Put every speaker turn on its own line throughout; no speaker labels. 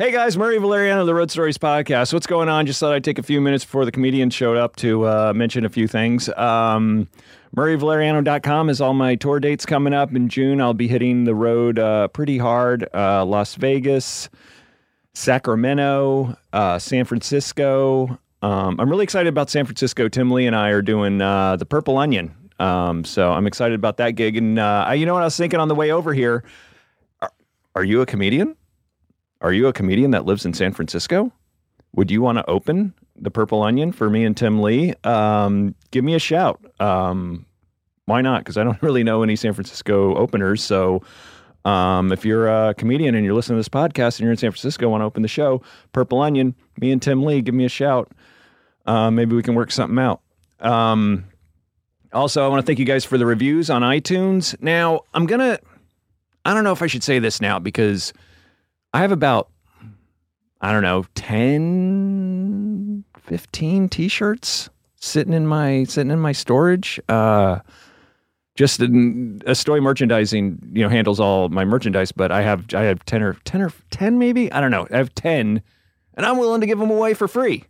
Hey guys, Murray Valeriano of the Road Stories podcast. What's going on? Just thought I'd take a few minutes before the comedian showed up to uh, mention a few things. Um, MurrayValeriano.com is all my tour dates coming up. In June, I'll be hitting the road uh, pretty hard. Uh, Las Vegas, Sacramento, uh, San Francisco. Um, I'm really excited about San Francisco. Tim Lee and I are doing uh, the Purple Onion. Um, so I'm excited about that gig. And uh, I, you know what I was thinking on the way over here? Are, are you a comedian? Are you a comedian that lives in San Francisco? Would you want to open the Purple Onion for me and Tim Lee? Um, give me a shout. Um, why not? Because I don't really know any San Francisco openers. So um, if you're a comedian and you're listening to this podcast and you're in San Francisco, want to open the show, Purple Onion, me and Tim Lee, give me a shout. Uh, maybe we can work something out. Um, also, I want to thank you guys for the reviews on iTunes. Now, I'm going to, I don't know if I should say this now because I have about, I don't know, 10, 15 t-shirts sitting in my, sitting in my storage. Uh, just in Estoy merchandising, you know, handles all my merchandise, but I have, I have 10 or 10 or 10, maybe, I don't know. I have 10 and I'm willing to give them away for free.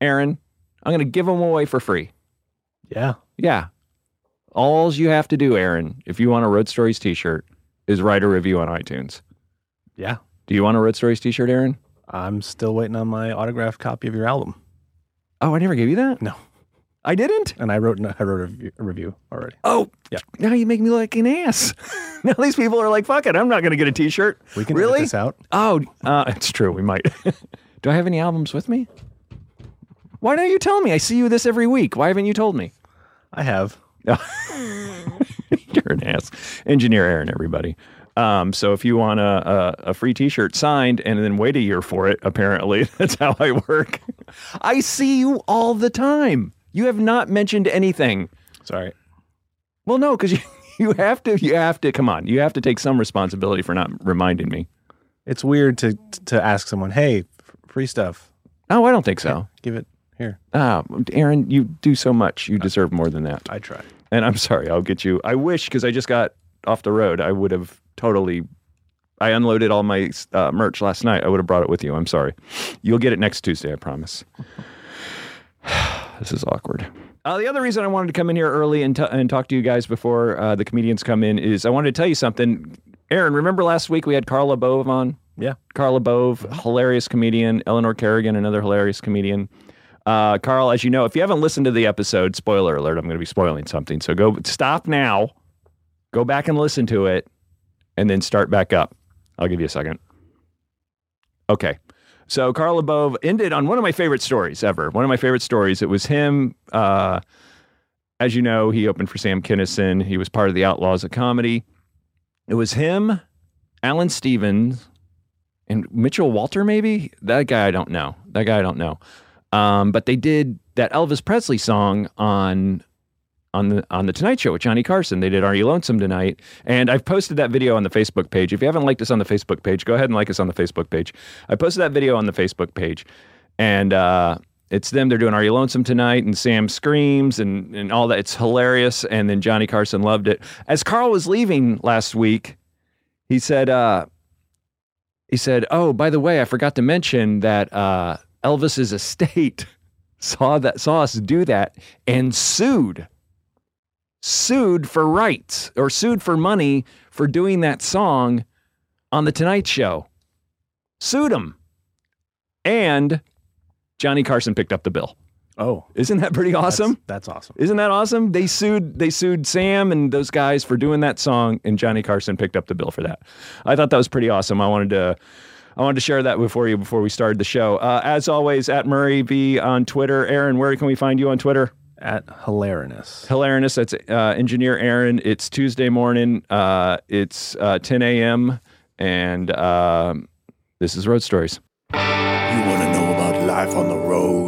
Aaron, I'm going to give them away for free.
Yeah.
Yeah. All you have to do, Aaron, if you want a Road Stories t shirt, is write a review on iTunes.
Yeah.
Do you want a Road Stories t shirt, Aaron?
I'm still waiting on my autographed copy of your album.
Oh, I never gave you that?
No.
I didn't?
And I wrote, an- I wrote a review, a review already.
Oh,
Yeah.
now you make me look like an ass. now these people are like, fuck it, I'm not going to get a t shirt.
We can
really?
edit this out.
Oh, uh, it's true. We might. do I have any albums with me? Why don't you tell me? I see you this every week. Why haven't you told me?
I have.
You're an ass. Engineer Aaron, everybody. Um, so if you want a, a, a free T-shirt signed and then wait a year for it, apparently that's how I work. I see you all the time. You have not mentioned anything.
Sorry.
Well, no, because you, you have to. You have to. Come on, you have to take some responsibility for not reminding me.
It's weird to to ask someone, hey, f- free stuff.
No, I don't think so.
Give it here.
Ah, Aaron, you do so much. You deserve more than that.
I try.
And I'm sorry, I'll get you. I wish because I just got off the road. I would have totally. I unloaded all my uh, merch last night. I would have brought it with you. I'm sorry. You'll get it next Tuesday, I promise. this is awkward. Uh, the other reason I wanted to come in here early and, t- and talk to you guys before uh, the comedians come in is I wanted to tell you something. Aaron, remember last week we had Carla Bove on?
Yeah.
Carla Bove, hilarious comedian. Eleanor Kerrigan, another hilarious comedian. Uh, Carl, as you know, if you haven't listened to the episode, spoiler alert, I'm going to be spoiling something. So go stop now, go back and listen to it, and then start back up. I'll give you a second. Okay. So Carl Above ended on one of my favorite stories ever. One of my favorite stories. It was him. Uh, as you know, he opened for Sam Kinison. He was part of the Outlaws of Comedy. It was him, Alan Stevens, and Mitchell Walter, maybe? That guy I don't know. That guy I don't know. Um, but they did that Elvis Presley song on on the on the Tonight Show with Johnny Carson. They did Are You Lonesome Tonight? And I've posted that video on the Facebook page. If you haven't liked us on the Facebook page, go ahead and like us on the Facebook page. I posted that video on the Facebook page, and uh, it's them. They're doing Are You Lonesome Tonight? And Sam screams and and all that. It's hilarious. And then Johnny Carson loved it. As Carl was leaving last week, he said. Uh, he said, "Oh, by the way, I forgot to mention that uh, Elvis's estate saw that saw us do that and sued, sued for rights or sued for money for doing that song on the Tonight Show. Sued him, and Johnny Carson picked up the bill.
Oh,
Isn't that pretty
that's-
awesome?"
That's awesome.
Isn't that awesome? They sued they sued Sam and those guys for doing that song, and Johnny Carson picked up the bill for that. I thought that was pretty awesome. I wanted to I wanted to share that before you before we started the show. Uh, as always, at Murray V on Twitter. Aaron, where can we find you on Twitter?
At Hilarinous.
Hilarinous. That's uh, Engineer Aaron. It's Tuesday morning. Uh, it's uh, 10 a.m. and um this is Road Stories.
You want to know about life on the road?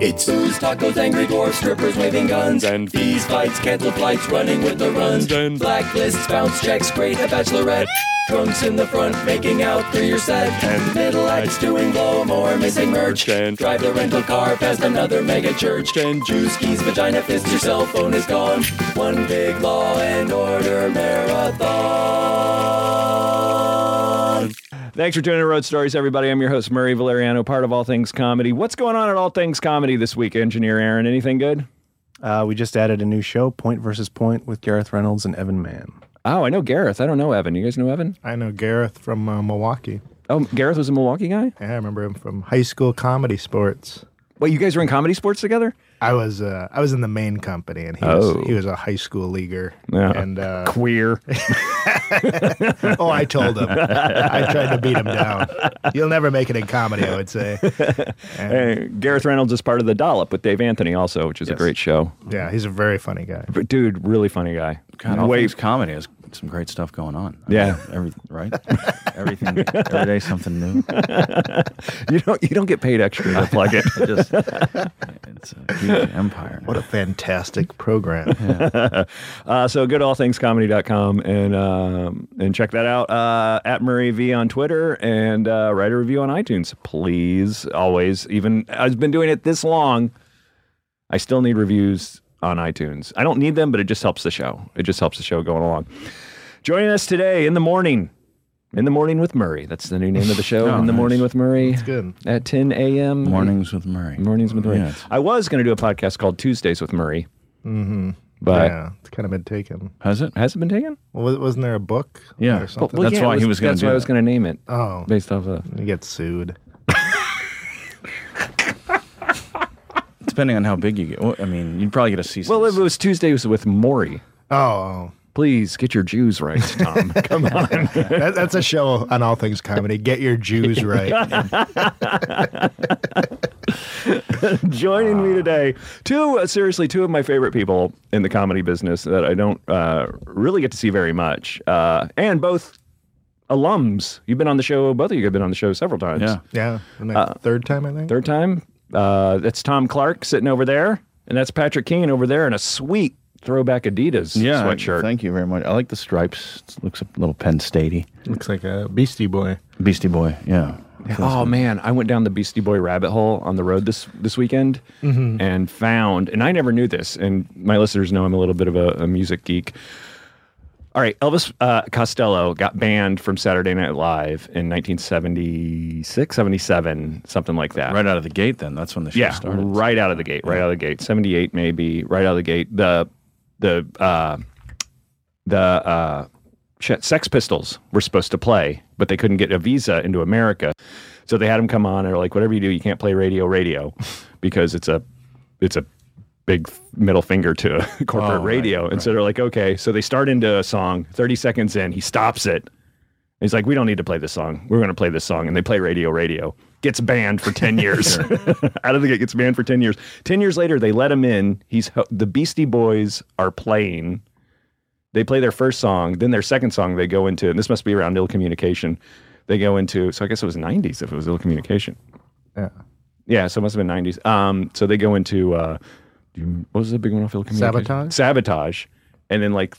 It's
Booze, tacos, angry dwarfs, strippers waving guns,
And-
these fights, canceled flights, running with the runs,
And-
blacklists, bounce checks, great a bachelorette, drunks in the front making out through your set,
And-
middle acts doing blow more, missing merch,
And-
drive the rental car past another mega church,
And-
juice keys, vagina fist, your cell phone is gone, one big law and order marathon.
Thanks for tuning in to Road Stories, everybody. I'm your host, Murray Valeriano, part of All Things Comedy. What's going on at All Things Comedy this week, Engineer Aaron? Anything good?
Uh, we just added a new show, Point versus Point, with Gareth Reynolds and Evan Mann.
Oh, I know Gareth. I don't know Evan. You guys know Evan?
I know Gareth from uh, Milwaukee.
Oh, Gareth was a Milwaukee guy?
Yeah, I remember him from high school comedy sports.
Wait, you guys were in comedy sports together?
I was uh, I was in the main company, and he
Oh.
was he was a high school leaguer.
Yeah.
And uh,
Queer.
oh, I told him. I tried to beat him down. You'll never make it in comedy, I would say.
Hey, Gareth Reynolds is part of The Dollop with Dave Anthony also, which is a great show.
Yeah, he's a very funny guy.
But dude, really funny guy.
God, all things comedy has some great stuff going on. I
Yeah.
mean, every, right? everything, every day something new.
You don't you don't get paid extra to plug it.
It just, it's a huge empire.
What a fantastic program.
Uh, so go to allthingscomedy.com and um, and check that out uh, at Murray V on Twitter and uh, write a review on iTunes, please. Always, even I've been doing it this long, I still need reviews on iTunes. I don't need them, but it just helps the show. It just helps the show going along. Joining us today in the morning, in the morning with Murray. That's the new name of the show.
Oh,
in the
nice.
morning with Murray.
good.
at 10 a.m.
Mornings with Murray.
Mornings with Murray.
Yes.
I was going to do a podcast called Tuesdays with Murray,
Mm-hmm.
but
yeah, it's kind of been taken.
Has it?
has it been taken?
Wa- Wasn't there a book?
Yeah.
Or something?
That's why
it
he was gonna
That's
do
why I was
that.
going to name it
Oh,
based off of.
you get sued.
Depending on how big you get. Well, I mean, you'd probably get a cease. and
Well, if it
desist.
was Tuesdays with Maury,
Oh,
please get your Jews right, Tom. Come on.
that, that's a show on all things comedy. Get your Jews right.
Joining me today, two uh, seriously, two of my favorite people in the comedy business that I don't uh, really get to see very much, uh, and both alums. You've been on the show. Both of you have been on the show several times.
yeah.
Yeah, and that
Uh,
third time I think.
Third time. Uh, that's Tom Clark sitting over there, and that's Patrick Keane over there in a sweet throwback Adidas
Yeah.
sweatshirt.
Thank you very much. I like the stripes. It looks a little Penn Statey.
Looks like a Beastie Boy.
Beastie Boy. Yeah.
Oh man, I went down the Beastie Boy rabbit hole on the road this this weekend and found, and I never knew this, and my listeners know I'm a little bit of a, a music geek. All right, Elvis uh, Costello got banned from Saturday Night Live in 1976, 77, something like that.
Right out of the gate, then. That's when the show
yeah,
started.
right out of the gate, right out of the gate. 78 maybe, right out of the gate. The the uh the uh shit, Sex Pistols were supposed to play, but they couldn't get a visa into America. So they had him come on and they're like, whatever you do, you can't play radio, radio, because it's a, it's a big middle finger to corporate radio. and so they're like, okay. So they start into a song. Thirty seconds in, he stops it. He's like, we don't need to play this song. We're going to play this song, and they play radio, radio. Gets banned for ten years. Out of the gate, gets banned for ten years. Ten years later, they let him in. He's ho- the Beastie Boys are playing they play their first song, then their second song they go into, and this must be around ill communication. They go into, so I guess it was 90s if it was ill communication.
Yeah.
Yeah, so it must have been 90s. Um, so they go into, uh, do you- what was the big one off ill communication?
Sabotage?
Sabotage. And then, like,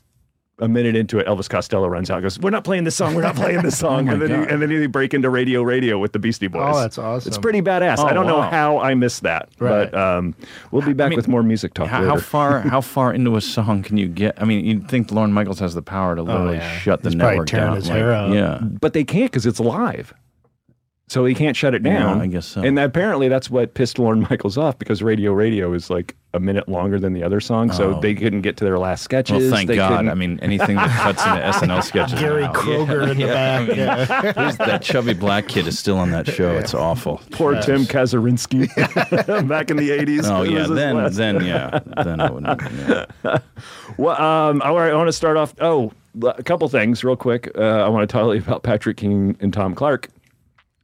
a minute into it, Elvis Costello runs out and goes, We're not playing this song. We're not playing this song. and, then he, and then he break into Radio Radio with the Beastie Boys.
Oh, that's awesome. Oh,
It's pretty badass. I don't know
wow.
how I missed that.
Right.
But um, we'll be back with more music talk
How,
later.
how far? How far into a song can you get? I mean, you'd think Lauren Michaels has the power to literally
Oh, yeah.
shut the
He's probably
network
tearing
down.
his hair out.
Yeah.
but they can't because it's live. So he can't shut it down.
Yeah, I guess so.
And apparently that's what pissed Lauren Michaels off because Radio Radio is like a minute longer than the other song, so
Oh.
they couldn't get to their last sketches.
Well, thank
They
God.
couldn't-
I mean, anything that cuts into SNL sketches.
Gary
now.
Kroger in the back. yeah.
Who's- that chubby black kid is still on that show. It's awful.
poor Tim Kazurinsky back in the eighties.
Oh yeah, then then yeah, then I wouldn't. Yeah.
Well, um, all right, I want to start off. Oh, l- a couple things real quick. Uh, I want to tell you about Patrick King and Tom Clark.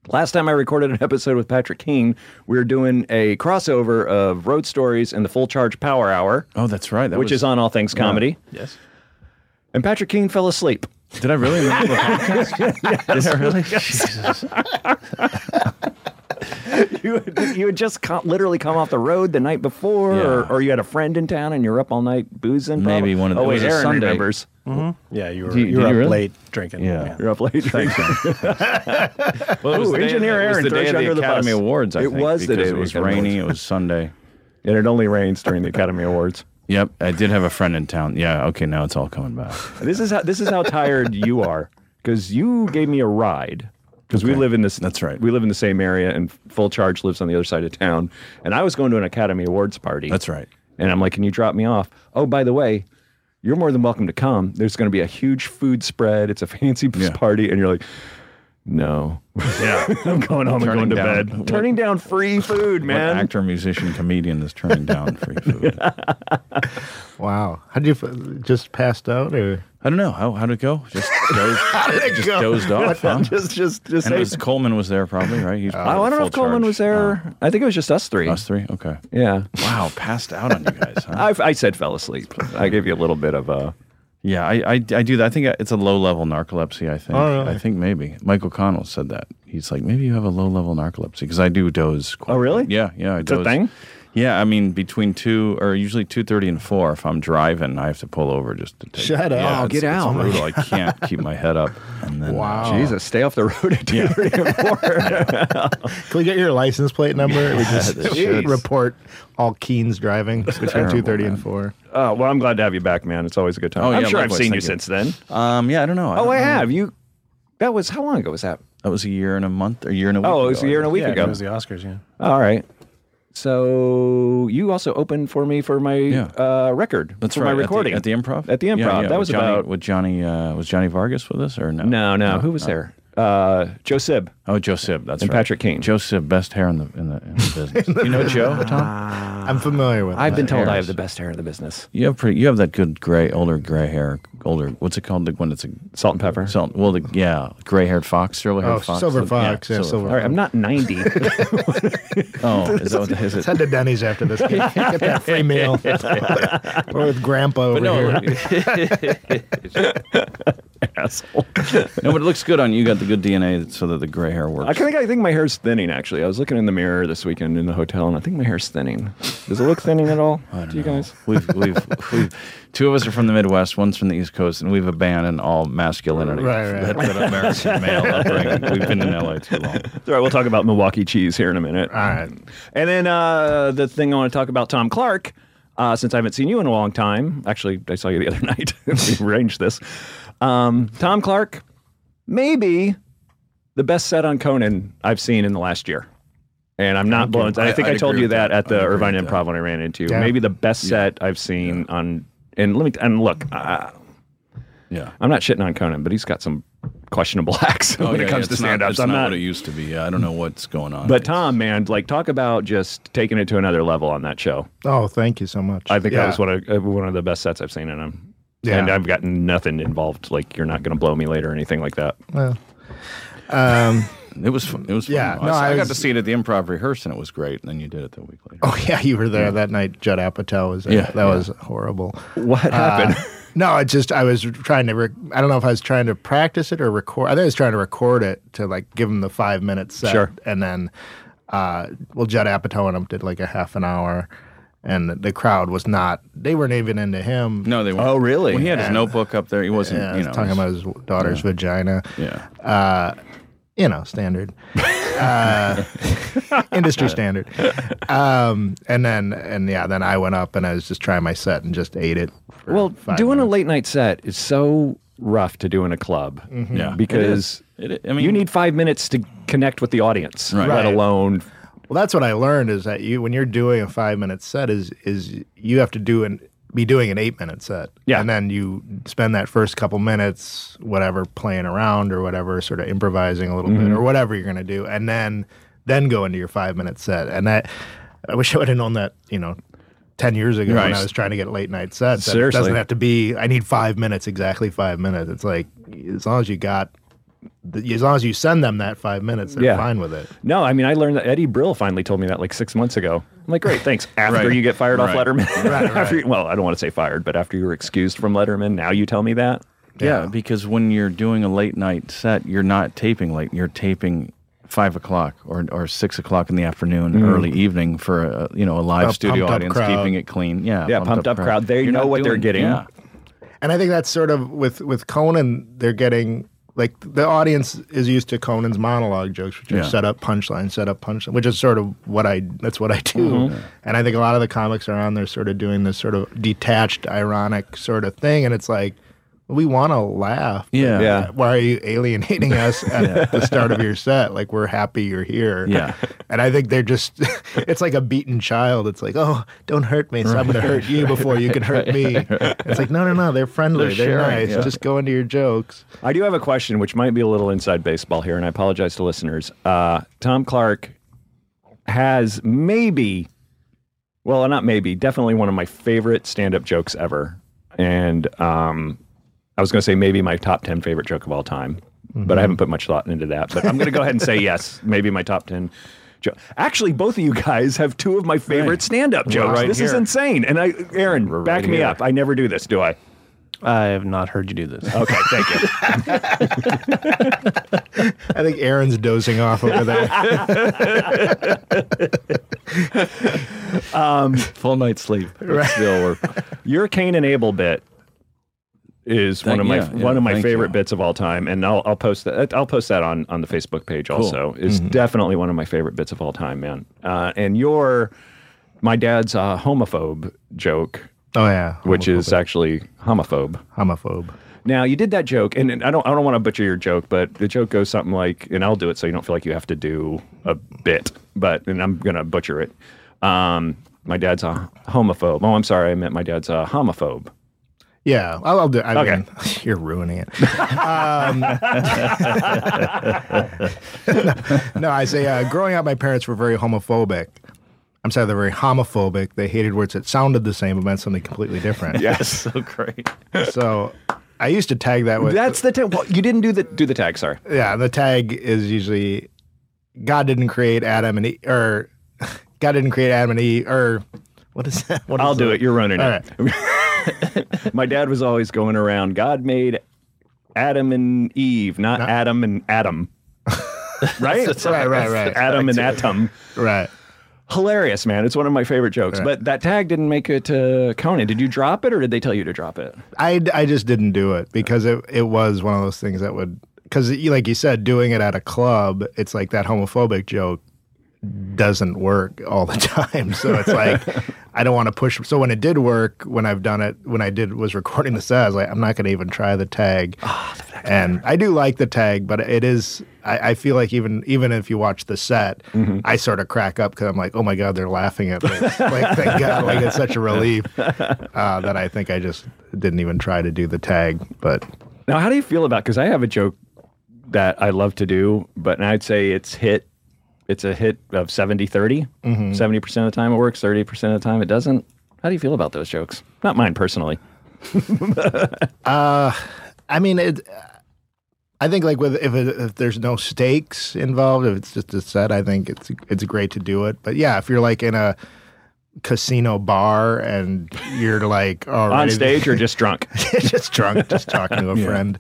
Last time I recorded an episode with Patrick King, we were doing a crossover of Road Stories and the Full Charge Power Hour.
Oh, that's right. That
which
was-
is on All Things Comedy.
Yes.
And Patrick King fell asleep.
Did I really remember the podcast? Did I really? Jesus.
You had, you had just co- literally come off the road the night before, or,
Yeah.
or you had a friend in town and you were up all night boozing. probably.
Maybe one of the-
Oh
it
wait,
was a
Aaron
Sunday.
remembers.
Yeah, you were, you,
you- did
were
you
up
really?
late drinking.
Yeah.
You're up late. Thanks.
Well, it was
Ooh,
the day-
engineer
it was
Aaron
the
throws
day
you
of
under
the
the
Academy
bus.
Awards. I
It
think,
was the day of
because It
the
was
Academy
rainy.
Awards.
It was Sunday.
and it only rains during the Academy Awards.
Yep, I did have a friend in town. Yeah, okay, now it's all coming back.
This is how this is how tired you are because you gave me a ride because we live in this.
That's right.
We live in the same area, and Full Charge lives on the other side of town. And I was going to an Academy Awards party.
That's right.
And I'm like, can you drop me off? Oh, by the way, you're more than welcome to come. There's going to be a huge food spread. It's a fancy party, and you're like, no. Yeah, I'm going home
Turning
and going to
down-
bed.
what-
Turning down free food,
What
man.
actor, musician, comedian is turning down free food?
Wow. How did you f- just passed out or?
I don't know. How, how'd it go? Just dozed,
it
just
go?
dozed off, huh?
just, just, just.
and it
say-
was, Coleman was there probably, right? He's probably
oh, I don't know
full
if Coleman
charge. Uh-huh.
was there. I think it was just us three.
us three? Okay.
Yeah.
Wow, passed out on you guys, huh?
I, I said fell asleep. I gave you a little bit of uh, a.
Yeah, I, I, I do that. I think it's a low level narcolepsy. I think.
Oh, really?
I think maybe Michael Connell said that. He's like, maybe you have a low level narcolepsy because I do doze. Quite
Oh, really?
Yeah, yeah. I
a
doze.
thing?
Yeah, I mean between two or usually two thirty and four. If I'm driving, I have to pull over just to take.
Shut up.
Yeah,
Oh,
it's-
get out.
It's brutal. I can't keep my head up. And then,
Wow.
Jesus, stay off the road at two, three, and four.
Can we get your license plate number? We just
this
should
is-
report all Keens driving between
terrible,
two thirty
man.
and four.
Uh, well, I'm glad to have you back, man. It's always a good time.
Oh,
I'm
yeah,
sure I've
likewise.
seen you
Thank you.
since then.
Um. Yeah, I don't know.
Oh, I
don't know.
have. You. That was how long ago was that?
That was a year and a month or a year and a week.
Oh, it was a
ago, I
year and a
think.
week
Yeah, it
ago.
was the Oscars. Yeah.
All right. So you also opened for me for my
Yeah.
uh, record.
That's
for
right.
My
at the-
recording
at the, improv.
At the
Yeah,
improv.
yeah,
That
with
was
Johnny,
about.
with Johnny. Uh, was Johnny Vargas with us or no?
No, no. Who was there? Uh, Joe Sib.
Oh, Joe Sib. That's
And
right.
Patrick Keane.
Joe Sib, best hair in the in the, in the business. you know Joe, Tom?
I'm familiar with.
I've
that.
been told I
hairs.
have the best hair in the business.
You have pretty. You have that good gray, older gray hair. Older. What's it called? The one that's a
Salt and pepper.
salt. Well, the, yeah, gray-haired fox, silver-haired
Oh,
fox.
silver
Yeah,
fox. Yeah, silver.
All right, I'm not 90.
Oh, is that what that is? It?
Let's head to Denny's after this. Get get that free meal. We're with Grandpa over
But no,
here.
Asshole.
no, but it looks good on you. You got the good DNA, so that the gray hair works.
I think I think my hair's thinning. Actually, I was looking in the mirror this weekend in the hotel, and I think my hair's thinning. Does it look thinning at all to you guys?
We've, we've, we've, two of us are from the Midwest, one's from the East Coast, and we've abandoned all masculinity.
Right, right.
That, that American male upbringing. We've been in LA too long.
It's all right, we'll talk about Milwaukee cheese here in a minute.
All right.
And then uh, the thing I want to talk about, Tom Clark, uh, since I haven't seen you in a long time. Actually, I saw you the other night. we arranged this. Um, Tom Clark, maybe the best set on Conan I've seen in the last year. And I'm not blown. I,
I-
think i
I'd
told
agree
you
with
that,
that.
at the
I'd agree
Irvine
with that.
Improv when I ran into you.
Yeah.
Maybe the best set I've seen on. And let me and look. I,
Yeah.
I'm not shitting on Conan, but he's got some questionable acts when it comes to
Oh, it's not-
stand-ups.
it's
I'm not
what it used to be. Yeah, I don't know what's going on.
But Tom, man, like talk about just taking it to another level on that show.
Oh, thank you so much.
I think
Yeah.
that was one of uh, one of the best sets I've seen in him.
Yeah.
And I've gotten nothing involved. Like you're not going to blow me later or anything like that.
Well, um,
it was fun. It was fun.
Yeah,
I,
no, I
I, got
was-
to see it at the improv rehearse, and it was great. And then you did it the week later.
oh yeah, you were there that night. Judd Apatow was there.
Yeah,
that
yeah.
was horrible.
What happened?
No, it's just I was trying to. Rec- I don't know if I was trying to practice it or record. I think I was trying to record it to like give him the five minute set,
Sure.
and then, uh, well, Judd Apatow and him did like a half an hour, and the, the crowd was not. They weren't even into him.
No, they weren't.
Oh, really?
Well, he had his notebook up there. He wasn't.
yeah, I
you
was
know,
talking about his daughter's vagina.
Yeah.
you know, standard, uh, industry standard. Um, and then, and yeah, then I went up and I was just trying my set and just ate it. for
well,
five
doing a
minutes.
late night set is so rough to do in a club.
Mm-hmm.
Yeah.
Because
It is. It- I mean-
you need five minutes to connect with the audience,
Right.
let
Right.
alone
well, that's what I learned is that you when you're doing a five minute set is is you have to do an be doing an eight minute set.
Yeah.
and then you spend that first couple minutes whatever playing around or whatever sort of improvising a little
Mm-hmm.
bit or whatever you're gonna do, and then then go into your five minute set. And that I wish I would have known that you know. 10 years ago when
Right.
I was trying to get late night sets. that
Seriously.
It doesn't have to be, I need five minutes, exactly five minutes. It's like, as long as you got, as long as you send them that five minutes, they're
Yeah.
fine with it.
No, I mean, I learned that Eddie Brill finally told me that like six months ago. I'm like, great, thanks. After
Right.
you get fired off
Right.
Letterman.
Right, right.
After you- well, I don't want to say fired, but after you were excused from Letterman, now you tell me that?
Yeah, because when you're doing a late night set, you're not taping late. You're taping five o'clock or, or six o'clock in the afternoon,
Mm.
early evening for a you know a live
A
studio
pumped up
audience,
crowd.
keeping it clean. Yeah,
Yeah, pumped up crowd. They know
not
what they're getting.
Yeah,
and I think that's sort of with with Conan, they're getting like the audience is used to Conan's monologue jokes, which are
Yeah.
set up punchline, set up punchline, which is sort of what I that's what I do.
Mm-hmm.
And I think a lot of the comics around there sort of doing this sort of detached, ironic sort of thing, and it's like. we want to laugh. but
Yeah.
Yeah.
Uh, Why are you alienating us at the start of your set? Like we're happy you're here.
Yeah.
And I think they're just it's like a beaten child. It's like, "Oh, don't hurt me. So I'm going to hurt you before you can hurt me." It's like, "No, no, no. They're friendly. They're,
They're sharing,
nice.
yeah.
Just go into your jokes."
I do have a question, which might be a little inside baseball here, and I apologize to listeners. Uh, Tom Clark has maybe, well, not maybe, definitely one of my favorite stand-up jokes ever, and um, I was going to say maybe my top ten favorite joke of all time, but
Mm-hmm.
I haven't put much thought into that. But I'm going to go ahead and say yes, maybe my top ten. joke. Actually, both of you guys have two of my favorite stand-up jokes.
right
this is
here.
insane. And I, Aaron, back me
here.
up. I never do this, do I?
I have not heard you do this.
Okay, thank you.
I think Aaron's dozing off over there.
Full night's sleep. Right. Still, we're,
Your Cain and Abel bit is
Thank-
one of my
yeah, yeah,
one of my
thank
favorite
you.
bits of all time, and I'll, I'll post that. I'll post that on on the Facebook page. Also, it's
Mm-hmm.
definitely one of my favorite bits of all time, man. Uh, and your my dad's uh, homophobe joke,
Oh yeah.
which is actually homophobe.
homophobe.
Now you did that joke, and, and I don't I don't want to butcher your joke, but the joke goes something like, and I'll do it so you don't feel like you have to do a bit, but and I'm gonna butcher it. Um, my dad's a homophobe. Oh, I'm sorry, I meant my dad's a homophobe.
Yeah, I'll, I'll do. I
Okay.
mean, you're ruining it. Um, no, I say, uh, growing up, my parents were very homophobic. I'm sorry, they're very homophobic. They hated words that sounded the same but meant something completely different.
Yes.
so great.
So I used to tag that with.
That's the tag. Well, you didn't do the do the tag. Sorry.
yeah, the tag is usually God didn't create Adam and E or God didn't create Adam and Eve, or what is that? What
I'll
is
do
the-
it. You're running
All
it. My dad was always going around. God made Adam and Eve, not Adam and Adam. right?
right, right, right.
Adam and Atom.
Right.
Hilarious, man. It's one of my favorite jokes. But that tag didn't make it to Conan. Did you drop it or did they tell you to drop it?
I, I just didn't do it because it, it was one of those things that would because like you said doing it at a club it's like that homophobic joke doesn't work all the time so it's like I don't want to push so when it did work when I've done it when I did was recording the set I was like I'm not going to even try the tag and I do like the tag but it is I, I feel like even even if you watch the set I sort of crack up because I'm like oh my god they're laughing at me like thank god like it's such a relief uh, that I think I just didn't even try to do the tag. But
Now, how do you feel about? Because I have a joke that I love to do, but and I'd say it's hit. It's a hit of 70 30. 70% of the time it works, 30% of the time it doesn't. How do you feel about those jokes? Not mine personally.
I mean, it, I think like with if, it, if there's no stakes involved, if it's just a set, I think it's it's great to do it. But yeah, if you're like in a casino bar and you're like
On
already
stage or just drunk?
just drunk, just talking to a friend.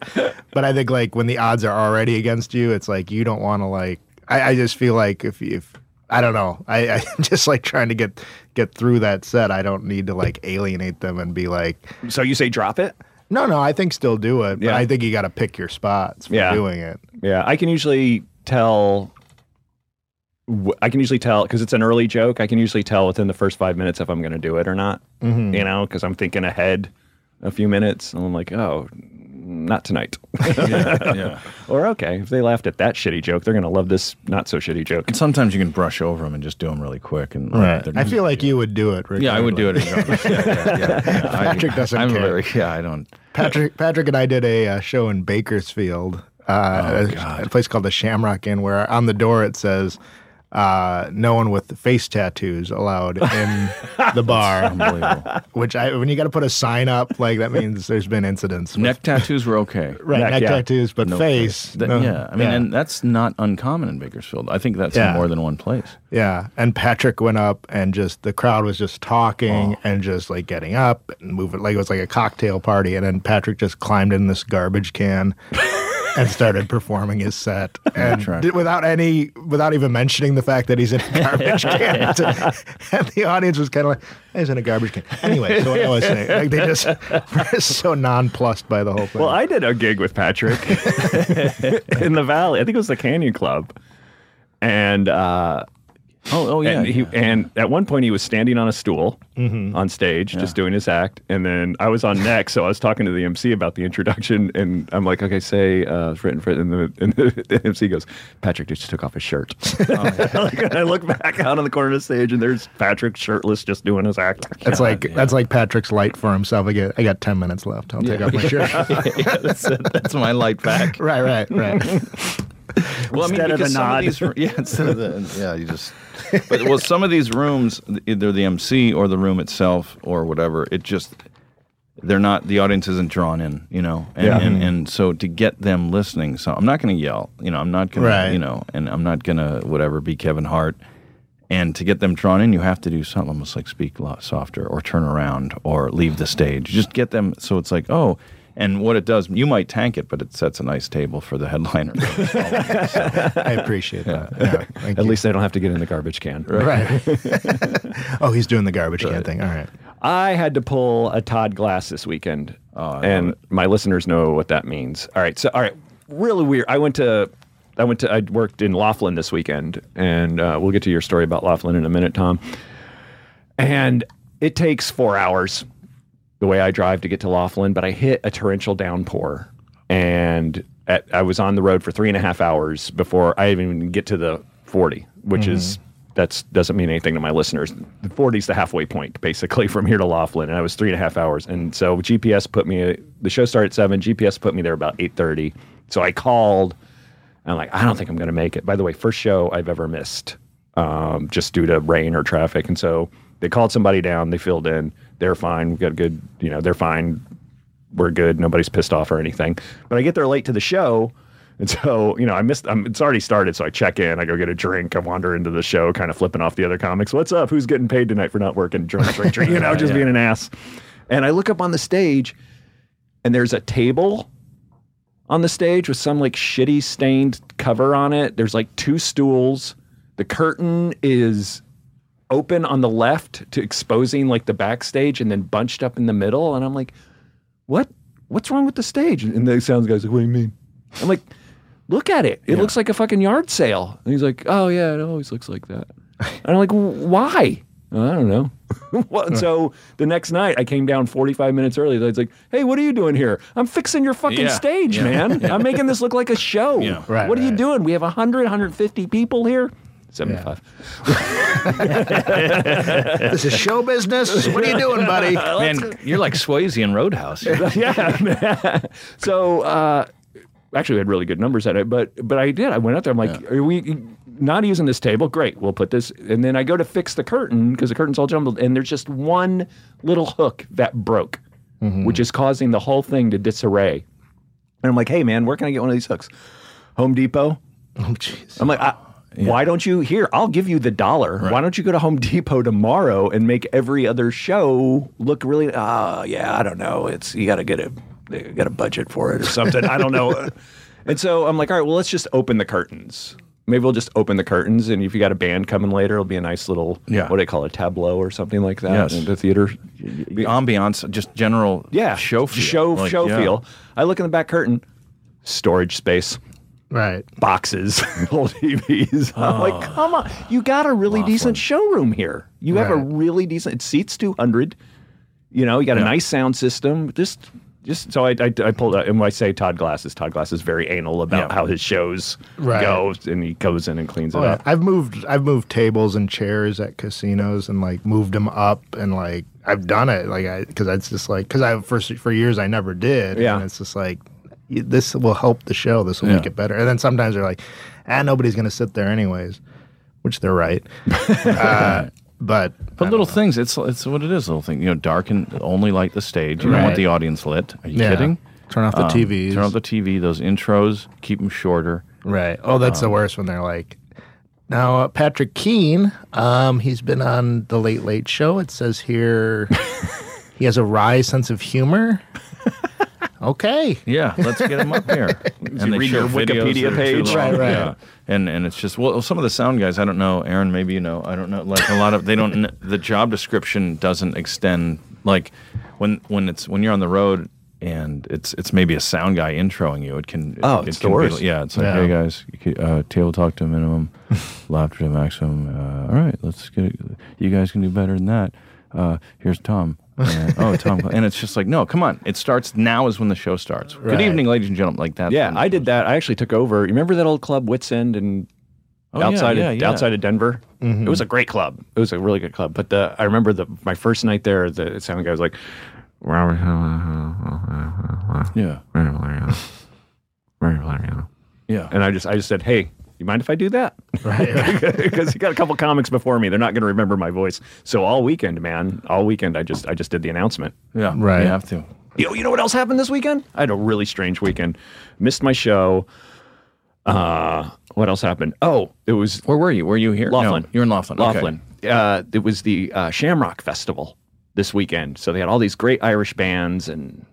But I think like when the odds are already against you, it's like you don't want to like. I, I just feel like if if I don't know, I, I just like trying to get get through that set. I don't need to like alienate them and be like,
so you say drop it?
no, no. I think still do it, but
Yeah.
I think you got to pick your spots for
Yeah.
doing it.
Yeah, I can usually tell. wh- I can usually tell because it's an early joke. I can usually tell within the first five minutes if I'm going to do it or not. You know, because I'm thinking ahead a few minutes, and I'm like, oh, not tonight.
Yeah, yeah.
or okay, if they laughed at that shitty joke, they're going to love this not so shitty joke.
And sometimes you can brush over them and just do them really quick. And like, they're-
I feel like you would do it.
Yeah, I would do it.
regardless.
in drunk. Yeah, yeah, yeah, yeah. I-
Patrick doesn't
I'm
care.
very- yeah, I don't.
Patrick, Patrick, and I did a uh, show in Bakersfield,
Oh,
uh, a, a place called the Shamrock Inn, where on the door it says, uh, "No one with face tattoos allowed in the bar."
Unbelievable.
Which I, when you got to put a sign up, like that means there's been incidents. with-
Neck tattoos were okay.
right,
Neck,
neck,
yeah.
tattoos, but face.
Th-
no.
yeah, I mean,
yeah.
and that's not uncommon in Bakersfield. I think that's
Yeah.
in more than one place.
Yeah, and Patrick went up, and just the crowd was just talking
Oh.
and just like getting up and moving, like it was like a cocktail party. And then Patrick just climbed in this garbage can and started performing his set, and
right.
did- without any, without even mentioning the fact that he's in a garbage can. and the audience was kind of like, "He's in a garbage can." Anyway, so what I was saying, like they just were so nonplussed by the whole thing.
Well, I did a gig with Patrick in the Valley. I think it was the Canyon Club, and uh,
Oh, oh yeah. Mm-hmm.
and, he, and at one point, he was standing on a stool on stage, just doing his act. And then I was on next, so I was talking to the MC about the introduction, and I'm like, "Okay, say uh, it's written for." And the, and the, the MC goes, "Patrick just took off his shirt."
Oh,
Like, and I look back out on the corner of the stage, and there's Patrick shirtless, just doing his act.
That's like that's like Patrick's light for himself. I get I got ten minutes left. I'll take off my shirt.
yeah, that's, it. that's my light back.
right, right, right.
Well,
Instead of
because
a
some
nod.
these, yeah, instead of the yeah, you just. But well, some of these rooms, either the MC or the room itself or whatever, it just they're not the audience isn't drawn in, you know, and
Yeah.
Mm-hmm.
and, and so to get them listening, so I'm not going to yell, you know, I'm not going
Right.
to, you know, and I'm not going to whatever be Kevin Hart. And to get them drawn in, you have to do something almost like speak a lot softer or turn around or leave the stage. Just get them so it's like, oh, and what it does, you might tank it, but it sets a nice table for the headliner.
I appreciate that. Yeah, thank
At
you.
least they don't have to get in the garbage can.
right. oh, he's doing the garbage can thing. All right.
I had to pull a Todd Glass this weekend, and my listeners know what that means. All right, so all right, really weird. I went to, I went to, I worked in Laughlin this weekend, and uh, we'll get to your story about Laughlin in a minute, Tom. And it takes four hours the way I drive to get to Laughlin, but I hit a torrential downpour, and at, I was on the road for three and a half hours before I even get to the forty, which is that's doesn't mean anything to my listeners. The forty is the halfway point basically from here to Laughlin, and I was three and a half hours, and so GPS put me. The show started at seven. GPS put me there about eight thirty, so I called. And I'm like, I don't think I'm going to make it. By the way, first show I've ever missed um, just due to rain or traffic. And so they called somebody down, they filled in, they're fine. We got good, you know, they're fine. We're good. Nobody's pissed off or anything. But I get there late to the show. And so, you know, I missed, um, it's already started. So I check in, I go get a drink, I wander into the show, kind of flipping off the other comics. What's up? Who's getting paid tonight for not working? Drunk, drink, drink, you know, just being an ass. And I look up on the stage and there's a table on the stage with some like shitty stained cover on it. There's like two stools. The curtain is open on the left to exposing like the backstage and then bunched up in the middle. And I'm like, what? What's wrong with the stage? And the sounds guy's like, what do you mean? I'm like, look at it. It looks like a fucking yard sale. And he's like, oh yeah, it always looks like that. And I'm like, "W- why? I don't know. well, and so the next night I came down 45 minutes early. I was like, hey, what are you doing here? I'm fixing your fucking
Yeah.
stage,
Yeah.
man. I'm making this look like a show.
Yeah.
Right,
what are you
right.
doing? We have 100, 150 people here. 75.
This is show business. What are you doing, buddy?
Man, you're like Swayze in Roadhouse. You're like,
yeah. man. so uh, actually, we had really good numbers at it, but but I did. I went out there. I'm like, are we not using this table? Great, we'll put this. And then I go to fix the curtain because the curtain's all jumbled, and there's just one little hook that broke,
Mm-hmm.
which is causing the whole thing to disarray. And I'm like, hey man, where can I get one of these hooks? Home Depot.
Oh, jeez.
I'm like, I, why don't you here? I'll give you the dollar. Why don't you go to Home Depot tomorrow and make every other show look really? Ah, yeah, I don't know. It's you got to get a you got a budget for it or something. I don't know. And so I'm like, all right, well, let's just open the curtains. Maybe we'll just open the curtains, and if you got a band coming later, it'll be a nice little
Yeah.
what do they call it, tableau or something like that.
Yes.
in the theater
the ambiance, just general
yeah,
show
just
feel.
show
Like,
show
yeah.
feel. I look in the back curtain, storage space
Right.
boxes, old TVs. I'm like,
Oh.
come on, you got a really decent showroom here. You have a
Right.
really decent. It seats 200. You know, you got a nice sound system. Just, just so I, I, I pulled out. And when I say Todd Glass is Todd Glass is very anal about
Yeah.
how his shows
Right.
go, and he goes in and cleans it
Oh, yeah.
up.
I've moved I've moved tables and chairs at casinos and like moved them up and like I've done it like I because it's just like because I for for years I never did
Yeah.
and it's just like y- this will help the show this will make
Yeah.
it better and then sometimes they're like ah nobody's gonna sit there anyways which they're right uh, but
But little things, it's it's what it is. Little thing, you know, darken only light the stage. You don't
Right.
want the audience lit. Are you
Yeah.
kidding?
Turn off the TVs.
Turn off the TV. Those intros keep them shorter.
Right. Oh, that's the worst when they're like, now uh, Patrick Keene, um, he's been on the Late Late Show. It says here he has a wry sense of humor. okay.
Yeah, let's get them up here. and
you read your
videos
Wikipedia
that are too
page?
long.
Right, right.
Yeah. And and it's just well, some of the sound guys, I don't know, Aaron, maybe you know, I don't know. Like a lot of they don't. kn- the job description doesn't extend. Like when when it's when you're on the road, and it's it's maybe a sound guy introing you. It can
Oh,
it,
it's the
can
worst.
Be, yeah, it's like
Yeah.
hey guys, you can, uh, table talk to a minimum, laugh to a maximum. Uh, all right, let's get it. You guys can do better than that. Uh, here's Tom. And, oh, Tom, and it's just like no, come on. It starts now is when the show starts.
Right.
Good evening, ladies and gentlemen. Like that.
Yeah, I did that. I actually took over. You remember that old club, Wits End, and
Oh, yeah,
outside
yeah,
of
yeah. Mm-hmm.
outside of Denver. It was a great club. It was a really good club. But the, I remember the my first night there. The sound guy was like, Robert,
Yeah,
Ray Valeriano, Ray Valeriano.
yeah.
and I just I just said, hey. You mind if I do that?
Right.
Because you got a couple comics before me, they're not going to remember my voice. So all weekend, man, all weekend, I just I just did the announcement.
Yeah,
Right.
You have to.
Yo, you know what else happened this weekend? I had a really strange weekend. Missed my show. Uh, what else happened? Oh, it was
Where were you? Were you here? No,
Laughlin.
you're in Laughlin. Okay.
Laughlin. Uh, it was the uh, Shamrock Festival this weekend. So they had all these great Irish bands and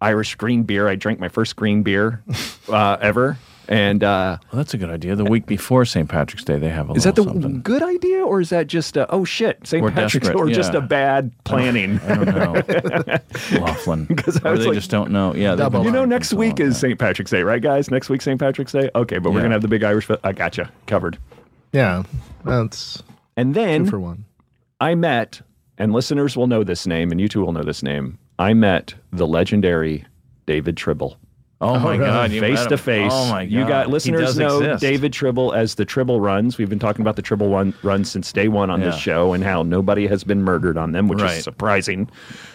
Irish green beer. I drank my first green beer uh, ever. And uh, Oh,
Well, that's a good idea. The week before St. Patrick's Day, they have a
is that
little
the
something.
good idea, or is that just a, oh shit, St.
We're
Patrick's,
desperate,
or just
yeah.
a bad planning?
I don't know. Laughlin.
'Cause I
Or
was
they
like-
just don't know. Yeah. they've
Double
been
up.
You know,
laughing
next
so
week
long,
is St. Patrick's Day, right, guys? Next week, St. Patrick's Day. Okay, but we're
Yeah.
gonna have the big Irish. Fe- I gotcha, covered.
Yeah, that's
And then
two for one.
I met, and listeners will know this name, and you two will know this name. I met the legendary David Tribble.
yeah. Oh, my
really?
God. you
face
met
to
him.
face.
Oh, my God.
You got
He
listeners
does
know
exist.
David Tribble as the Tribble runs. We've been talking about the Tribble one, runs since day one on this
Yeah.
show and how nobody has been murdered on them, which
Right.
is surprising.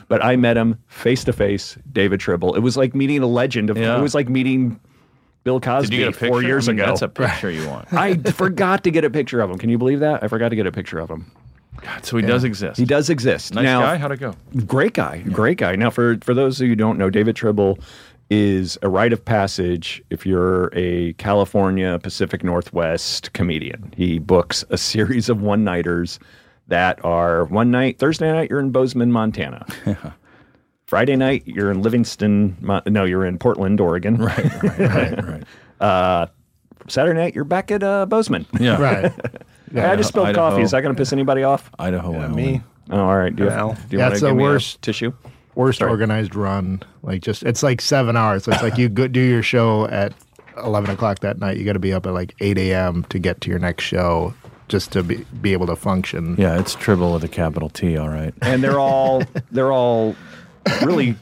But I met him face to face, David Tribble. It was like meeting a legend. Of,
Yeah.
It was like meeting Bill
Did
Cosby
you get a picture?
four years
I mean,
ago.
That's a picture you want.
I forgot to get a picture of him. Can you believe that? I forgot to get a picture of him.
So he does exist.
He does exist.
Nice
now,
guy. How'd it go?
great guy great guy now for for those of you who don't know david tribble is a rite of passage if you're a california pacific northwest comedian he books a series of one-nighters that are one night thursday night you're in bozeman montana friday night you're in livingston Mon- no you're in portland oregon right
Right, right.
saturday night you're back at uh, bozeman
Yeah.
Right.
i just spilled
Idaho.
coffee is that going to piss anybody off
Idaho. Wyoming.
me.
oh all right do you,
Well,
do you
that's
wanna
the
give me a
worst.
tissue
Worst organized run. Like just it's like seven hours. So it's like you go, do your show at eleven o'clock that night. You got to be up at like eight a.m. to get to your next show just to be, be able to function.
Yeah, it's Tribble with a capital T. All right.
and they're all they're all really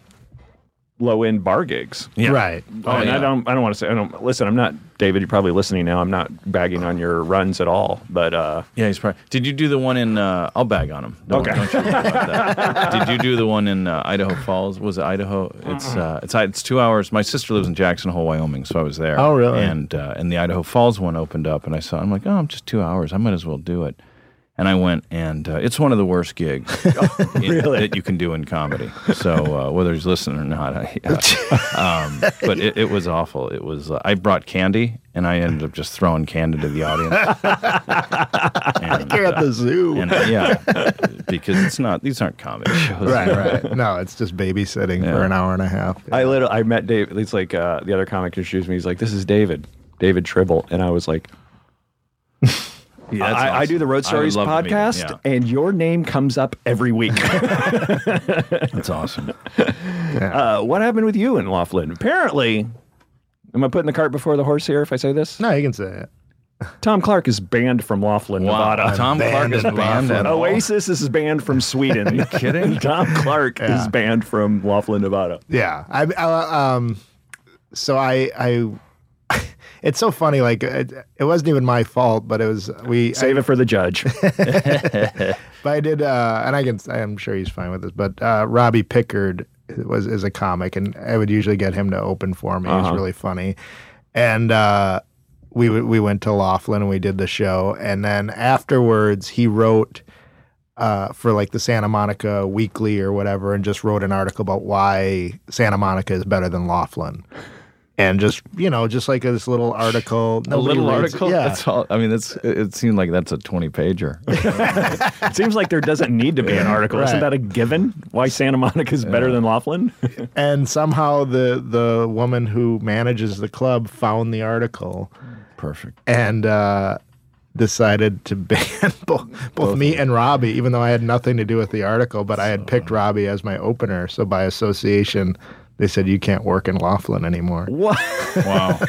low end bar gigs.
Yeah.
Right.
Oh, and I
yeah.
don't I don't want to say I don't listen. I'm not David. You're probably listening now. I'm not bagging on your runs at all. But uh,
Yeah, he's probably. Did you do the one in? Uh, I'll bag on him. Don't,
Okay.
Don't you worry about that. Did you do the one in uh, Idaho Falls? Was it Idaho?
Uh-uh.
It's uh, it's it's two hours. My sister lives in Jackson Hole, Wyoming, so I was there.
Oh, really?
And uh, and the Idaho Falls one opened up, and I saw. I'm like, oh, I'm just two hours. I might as well do it. And I went, and uh, it's one of the worst gigs
Oh,
in- that you can do in comedy. So uh, whether he's listening or not, I, uh, um, but it, it was awful. It was. Uh, I brought candy, and I ended up just throwing candy to the audience. And,
You're at the zoo.
and uh, yeah, because it's not these aren't comedy shows.
right. Right. No, it's just babysitting for
Yeah.
an hour and a half.
I little I met David. It's like uh, the other comic introduced me. He's like, "This is David, David Tribble," and I was like,
Yeah,
I,
that's
"I do
awesome.
the Road
I
Stories
would love to meet him.
podcast,
Yeah,
and your name comes up every week."
that's awesome.
uh, what happened with you in Laughlin? Apparently. Am I putting the cart before the horse here if I say this?
no, you can say it.
Tom Clark is banned from Laughlin,
Wow,
Nevada.
Tom Clark
banned
is
in
banned at all.
Oasis is banned from Sweden. Are you
kidding?
Tom Clark is banned from Laughlin, Nevada.
Yeah. I, I um so I I it's so funny like it, it wasn't even my fault but it was we
Save it for the judge.
But I did, uh, and I can. I'm sure he's fine with this. But uh, Robbie Pickard was is a comic, and I would usually get him to open for me.
Uh-huh.
He's really funny, and uh, we w- we went to Laughlin and we did the show, and then afterwards he wrote. Uh, for like the Santa Monica Weekly or whatever, and just wrote an article about why Santa Monica is better than Laughlin, and just you know, just like this little article,
A little article.
yeah,
That's all. I mean, that's. It it seemed like that's a twenty pager.
it seems like there doesn't need to be an article. Isn't
Right.
that a given? Why Santa Monica's better than Laughlin?
and somehow the the woman who manages the club found the article
Perfect.
and uh, decided to ban both, both me and Robbie, even though I had nothing to do with the article. But I had picked Robbie as my opener, so by association, They said you can't work in Laughlin anymore.
What?
Wow.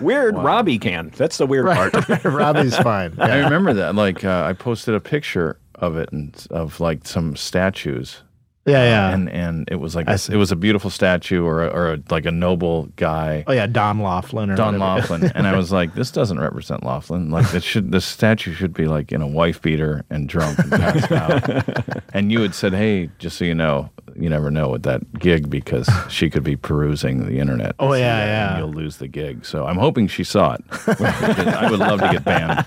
Weird. Robbie can. That's the weird part.
Robbie's fine.
I
Yeah.
remember that. Like, uh, I posted a picture of it and of like some statues,
yeah,
Ah.
yeah.
and and it was like
I
a,
see.
it was a beautiful statue or a, or a, like a noble guy,
oh yeah, Don Laughlin or
Don
whatever.
Laughlin, and I was like, this doesn't represent Laughlin. Like, this should this statue should be like in a wife beater and drunk and passed out. And you had said, hey, just so you know, you never know with that gig because she could be perusing the internet.
Oh,
and see
yeah,
that,
yeah.
And you'll lose the gig. So I'm hoping she saw it. I would love to get banned.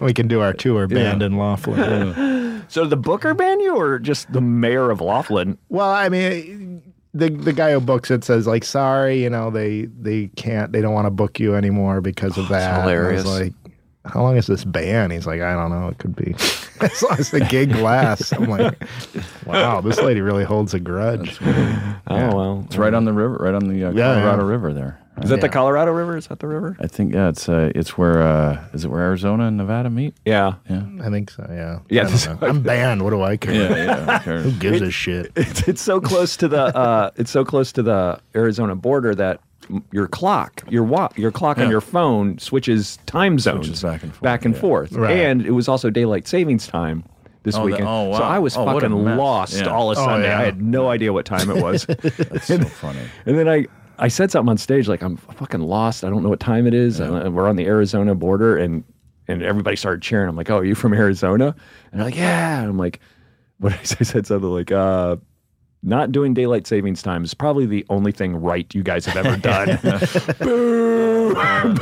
We can do our tour band in Laughlin.
so the Booker ban you, or just the mayor of Laughlin?
Well, I mean, the the guy who books it says like, sorry, you know, they they can't, they don't want to book you anymore because of that. And I was
hilarious.
like, how long is this ban? He's like, I don't know. It could be as long as the gig lasts. I'm like, wow, this lady really holds a grudge.
Oh well.
It's right on the river, right on the uh,
Yeah,
Colorado
yeah.
River there.
Is that the Colorado River? Is that the river?
I think yeah, it's uh, it's where uh, is it where Arizona and Nevada meet?
Yeah.
I think so. Yeah.
Yeah,
I
this-
don't know. I'm banned. What do I care?
yeah. sure.
Who gives a shit?
It's, it's so close to the uh, it's so close to the Arizona border that m- your clock, your wa- your clock on your phone switches time zones
Switches back and forth,
back and
yeah.
forth.
Right.
And it was also daylight savings time this
Oh, the-
weekend.
oh,
So
wow.
I was
Oh, what a
fucking
mess.
lost
Yeah.
all of
Oh,
Sunday. I
yeah.
had no idea what time it was.
That's so funny.
And then I, I said something on stage like I'm fucking lost. I don't know what time it is. And we're on the Arizona border, and and everybody started cheering. I'm like, "Oh, are you from Arizona?" And they're like, "Yeah." And I'm like, "What?" I said I said something like, "Uh, not doing daylight savings time is probably the only thing right you guys have ever done."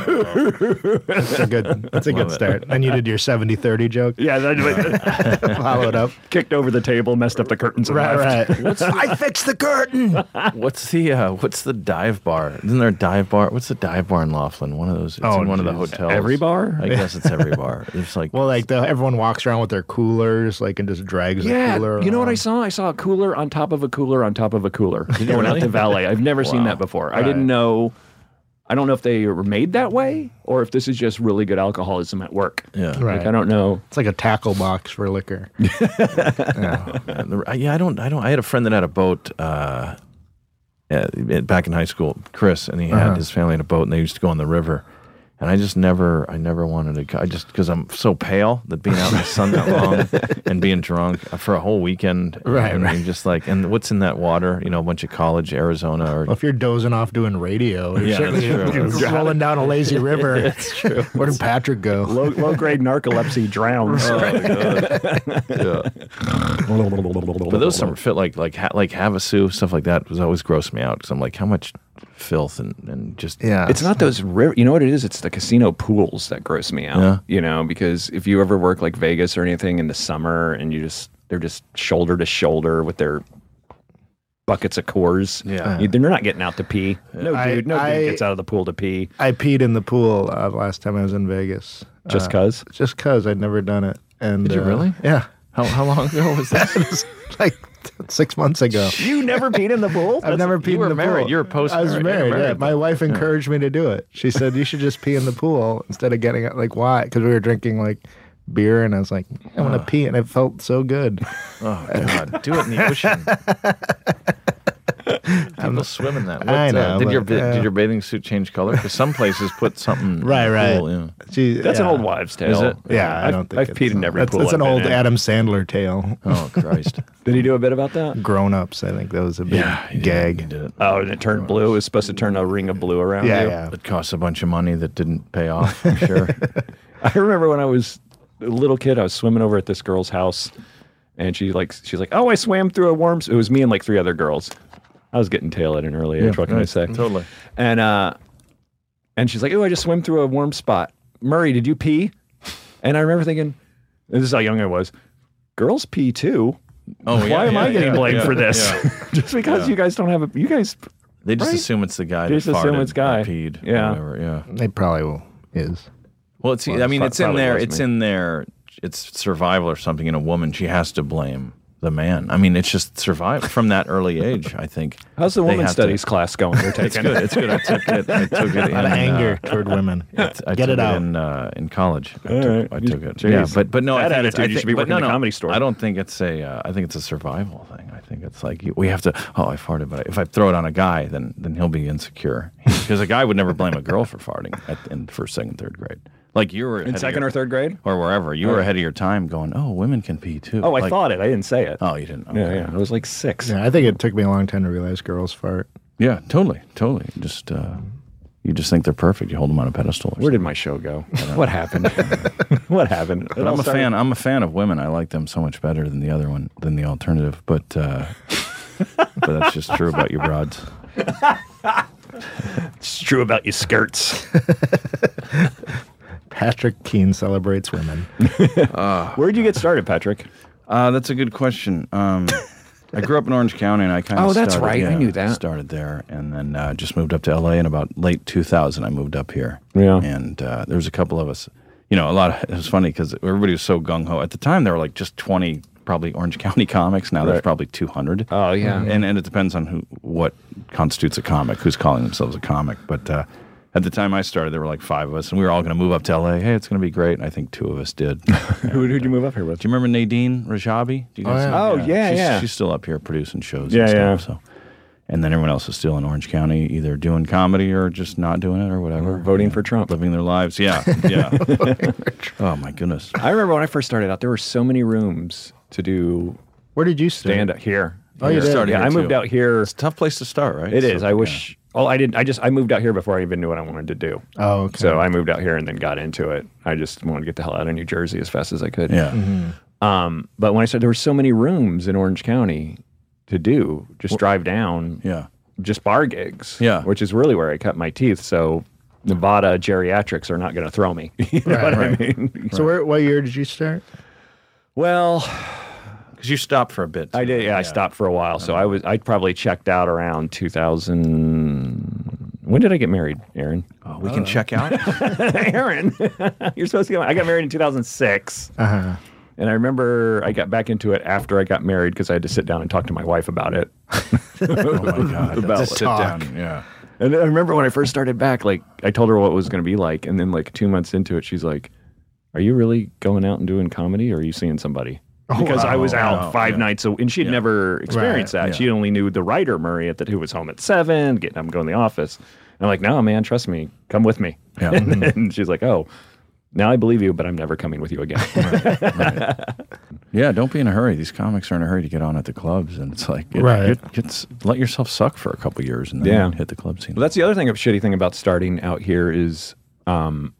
That's a good, that's a good start. And you did your 70 30 joke,
yeah, that
followed up.
kicked over the table, messed up the curtains, and
Right,
left.
right. I fixed the curtain.
What's the uh, what's the dive bar? Isn't there a dive bar? What's the dive bar in Laughlin? One of those. It's
Oh,
in one of the
geez.
hotels.
Every bar?
I guess it's every bar. It's like
Well, like the, everyone walks around with their coolers, like and just drags a
Yeah,
cooler.
you know what I
around.
saw? I saw a cooler on top of a cooler on top of a cooler going out to valet. I've never seen that before. I didn't know. I don't know if they were made that way or if this is just really good alcoholism at work.
yeah.
Like I don't know.
It's like a tackle box for liquor.
Uh, the- I- Yeah, I don't. I don't. I had a friend that had a boat uh, at, at- back in high school, Chris, and he had
Uh-huh.
his family in a boat, and they used to go on the river. And I just never, I never wanted to. go- I just because I'm so pale that being out in the sun that long and being drunk uh, for a whole weekend,
Right,
And
right.
I'm just like, and what's in that water? You know, a bunch of college, Arizona, or
Well, if you're dozing off doing radio, you're
Yeah,
certainly
that's true.
you're rolling down a lazy river. That's true. Where did Patrick go?
Low, low grade narcolepsy drowns.
But those summer fit like like ha- like Havasu stuff like that was always grossed me out because I'm like, how much filth and, and just
Yeah,
It's not those river. You know what it is? It's the casino pools that gross me out.
Yeah.
You know, because if you ever work like Vegas or anything in the summer, and you just they're just shoulder to shoulder with their buckets of cores.
Yeah.
You- they're not getting out to pee. No
I-
dude, no
I-
dude gets out of the pool to pee
I peed in the pool uh, last time I was in Vegas, Uh,
just cause.
just cause I'd never done it. And
Did you
uh,
really?
Yeah,
How how long ago was that?
It was like six months ago.
You never peed in the pool.
I've never peed
were
in the
married.
pool.
You were post-
I was
you were
married.
married
yeah.
then.
My wife encouraged me to do it. She said you should just pee in the pool instead of getting out. Like why? Because we were drinking like beer, and I was like, I want to pee, and it felt so good.
Oh God, do it in the ocean. People swim in that. What, uh,
I know,
did your
but,
ba-
yeah.
did your bathing suit change color? Because some places put something
Right,
in the
right.
Pool, yeah.
She-
That's an
yeah.
old wives' tale.
Is it?
Yeah, I
I've-
don't think
I've
it's-
peed in every
that's,
pool.
That's an
I've been
old
in.
Adam Sandler tale.
Oh Christ.
Did he do a bit about that?
Grown ups, I think that was a big
he did- he
gag.
did it.
Oh, and it turned blue. It was supposed to turn a ring of blue around.
Yeah,
you.
yeah.
It costs a bunch of money that didn't pay off. I'm sure.
I remember when I was a little kid, I was swimming over at this girl's house, and she like she's like, "Oh, I swam through a worm." It was me and like three other girls. I was getting tail at an early age. what can I
right.
say?
Totally.
And uh, and she's like, "Oh, I just swam through a warm spot." Murray, did you pee? And I remember thinking, and "This is how young I was. Girls pee too.
Oh,
Why am I getting blamed for this? just because you guys don't have a you guys
They just
Right?
assume it's the guy.
They just
that
assume
farted
it's guy.
or Peed. or
Yeah.
Whatever. Yeah.
They probably will, is.
Well, it's. I mean,
pro-
it's in
probably
there.
was
It's
me.
in there. It's survival or something. In a woman, she has to blame the man. I mean, it's just survival from that early age. I think.
How's the
They
woman
have to-
studies class going? They're
It's
taking
good. It's good. I took it. I took it. in,
Out of
uh,
anger toward women.
it's- I
Get
took
it out.
in, uh, in college. I took,
right.
I
You-
took it.
Jeez.
Yeah, but but no,
That
I think it's-
attitude,
I
you
think-
should be
but
working
no,
in a
no,
comedy store.
I don't think it's a. Uh, I think it's a survival thing. I think It's like you- we have to. Oh, I farted, but if I throw it on a guy, then then he'll be insecure because a guy would never blame a girl for farting at, in first, second, third grade. Like you were
in second
your,
or third grade.
or wherever you were ahead of your time, going, oh, women can pee too.
Oh, I
Like,
thought it. I didn't say it.
Oh, you didn't.
yeah,
okay.
yeah. I was like six.
Yeah, I think it took me a long time to realize girls fart.
Yeah, totally, totally. Just uh, you just think they're perfect. You hold them on a pedestal. Or
Where did my show go? What happened? what happened? It
But
all
I'm a
started-
fan. I'm a fan of women. I like them so much better than the other one, than the alternative. But uh, but that's just true about you broads.
It's true about your skirts.
Patrick Keene celebrates women.
Where'd you get started, Patrick?
Uh, that's a good question. Um, I grew up in Orange County, and I kind of
Oh, that's
started,
right. I
yeah,
knew that.
Started there, and then uh, just moved up to LA in about late 2000. I moved up here.
Yeah.
and uh, there was a couple of us. You know, a lot. Of, it was funny because everybody was so gung ho at the time. There were like just 20 probably Orange County comics. Now there's
Right.
probably 200.
Oh, yeah.
and and it depends on who what constitutes a comic, who's calling themselves a comic, but. Uh, at the time I started, there were like five of us, and we were all going to move up to LA. Hey, it's going to be great. And I think two of us did.
Who, who'd you move up here with?
Do you remember Nadine Rajabi? Do you guys
yeah.
Oh, yeah,
she's,
yeah.
She's still up here producing shows
Yeah,
and
yeah.
stuff. So and then everyone else is still in Orange County, either doing comedy or just not doing it or whatever.
voting for Trump.
Living their lives. Yeah. Yeah. oh my goodness.
I remember when I first started out, there were so many rooms to do
Where did you start?
stand up here.
Oh, you
Here.
did. Started
Yeah,
here,
I moved
too.
out here.
It's a tough place to start, right?
It is. I wish. Well, I didn't. I just I moved out here before I even knew what I wanted to do.
Oh, okay.
So I moved out here and then got into it. I just wanted to get the hell out of New Jersey as fast as I could.
Yeah.
Um, but when I said there were so many rooms in Orange County to do, just drive down,
Yeah.
just bar gigs.
Yeah.
Which is really where I cut my teeth. So Nevada geriatrics are not going to throw me. you know what I mean?
So where, what year did you start?
Well,
Because you stopped for a bit.
I did. Yeah, I stopped for a while. So I was. I probably checked out around 2000. When did I get married, Aaron?
Oh, we can check out.
Aaron, you're supposed to get. I got married in 2006.
Uh-huh.
And I remember I got back into it after I got married because I had to sit down and talk to my wife about it.
oh my god.
About
That's a sit
talk.
down. Yeah.
And I remember when I first started back, like I told her what it was going to be like, and then like two months into it, she's like, "Are you really going out and doing comedy, or are you seeing somebody?" Because I was out
Oh, wow,
five
yeah.
nights, a, and she had never experienced that.
yeah.
She only knew the writer Murray at that who was home at seven, getting up and going to the office. And I'm like, "No, man, trust me, come with me."
Yeah.
and then she's like, "Oh." Now I believe you, but I'm never coming with you again.
Yeah, don't be in a hurry. These comics are in a hurry to get on at the clubs, and it's like, get,
Right.
get- get s- let yourself suck for a couple years, and then
Yeah.
hit the club scene.
Well, that's the other thing of shitty thing about starting out here is, um,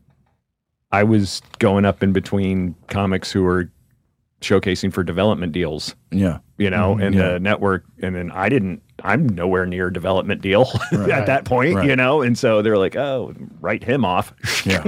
I was going up in between comics who were showcasing for development deals,
yeah,
you know, and
Mm, yeah.
the network, and then I didn't. I'm nowhere near development deal at that point, you
Right.
know, and so they're like, "Oh, write him off,"
Yeah.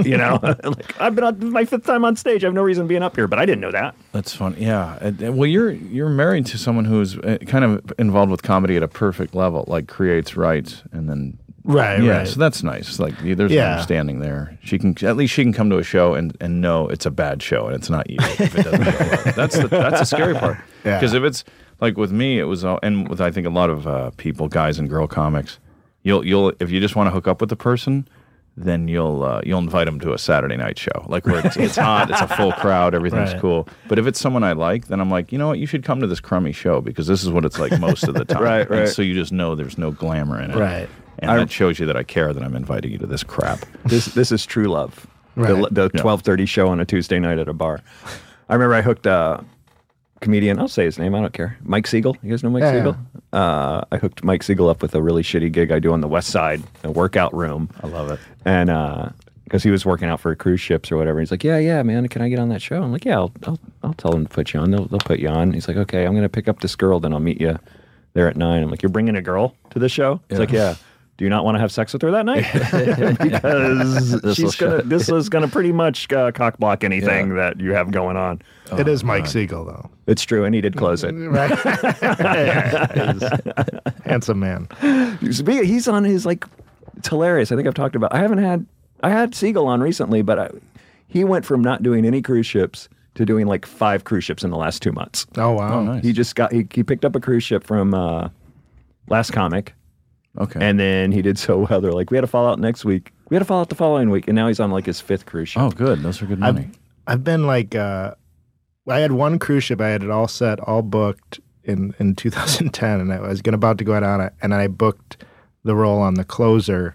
you know. like I've been on this is my fifth time on stage. I have no reason being up here, but I didn't know that.
that's fun. Yeah, And- and- well, you're you're married to someone who's uh, kind of involved with comedy at a perfect level, like creates, writes, and then
Right,
yeah.
right.
So that's nice. Like you- there's an
Yeah.
understanding there. She can at least she can come to a show and and know it's a bad show and it's not you. If it doesn't go well. That's the, that's the scary part.
Yeah.
Because if it's like with me, it was all, and with I think a lot of uh, people, guys and girl comics, you'll you'll if you just want to hook up with the person. Then you'll uh, you'll invite them to a Saturday night show, like where it's, it's hot, it's a full crowd, everything's
Right.
cool. But if it's someone I like, then I'm like, you know what, you should come to this crummy show because this is what it's like most of the time.
Right,
And
right.
so you just know there's no glamour in it.
Right.
And that shows you that I care that I'm inviting you to this crap.
this this is true love.
Right.
The, the twelve thirty show on a Tuesday night at a bar. I remember I hooked a comedian. I'll say his name. I don't care. Mike Siegel. You guys know Mike
Yeah.
Siegel? Uh, I hooked Mike Siegel up with a really shitty gig I do on the West Side, a workout room. I
love it.
And because he was working out for cruise ships or whatever, he's like, "Yeah, yeah, man, can I get on that show?" I'm like, "Yeah, I'll, I'll, I'll tell them to put you on. They'll, they'll put you on." He's like, "Okay, I'm gonna pick up this girl, then I'll meet you there at nine. I'm like, "You're bringing a girl to the show?" He's like, "Yeah." Do you not want to have sex with her that night? because she's gonna. This is gonna pretty much uh, cock block anything that you have going on.
it is Mike Siegel, though.
It's true, and he did close it.
Handsome man.
Spe- He's on his like, it's hilarious. I think I've talked about. I haven't had I had Siegel on recently, but I, he went from not doing any cruise ships to doing like five cruise ships in the last two months.
Oh, wow.
He just got he, he picked up a cruise ship from uh, Last Comic,
Okay.
and then he did so well. They're like, we had a fallout next week. We had a fallout the following week, and now he's on like his fifth cruise ship.
oh, good. Those are good money.
I've been like, uh, I had one cruise ship. I had it all set, all booked, in in 2010, and I was gonna about to go out on it, and I booked the role on the closer,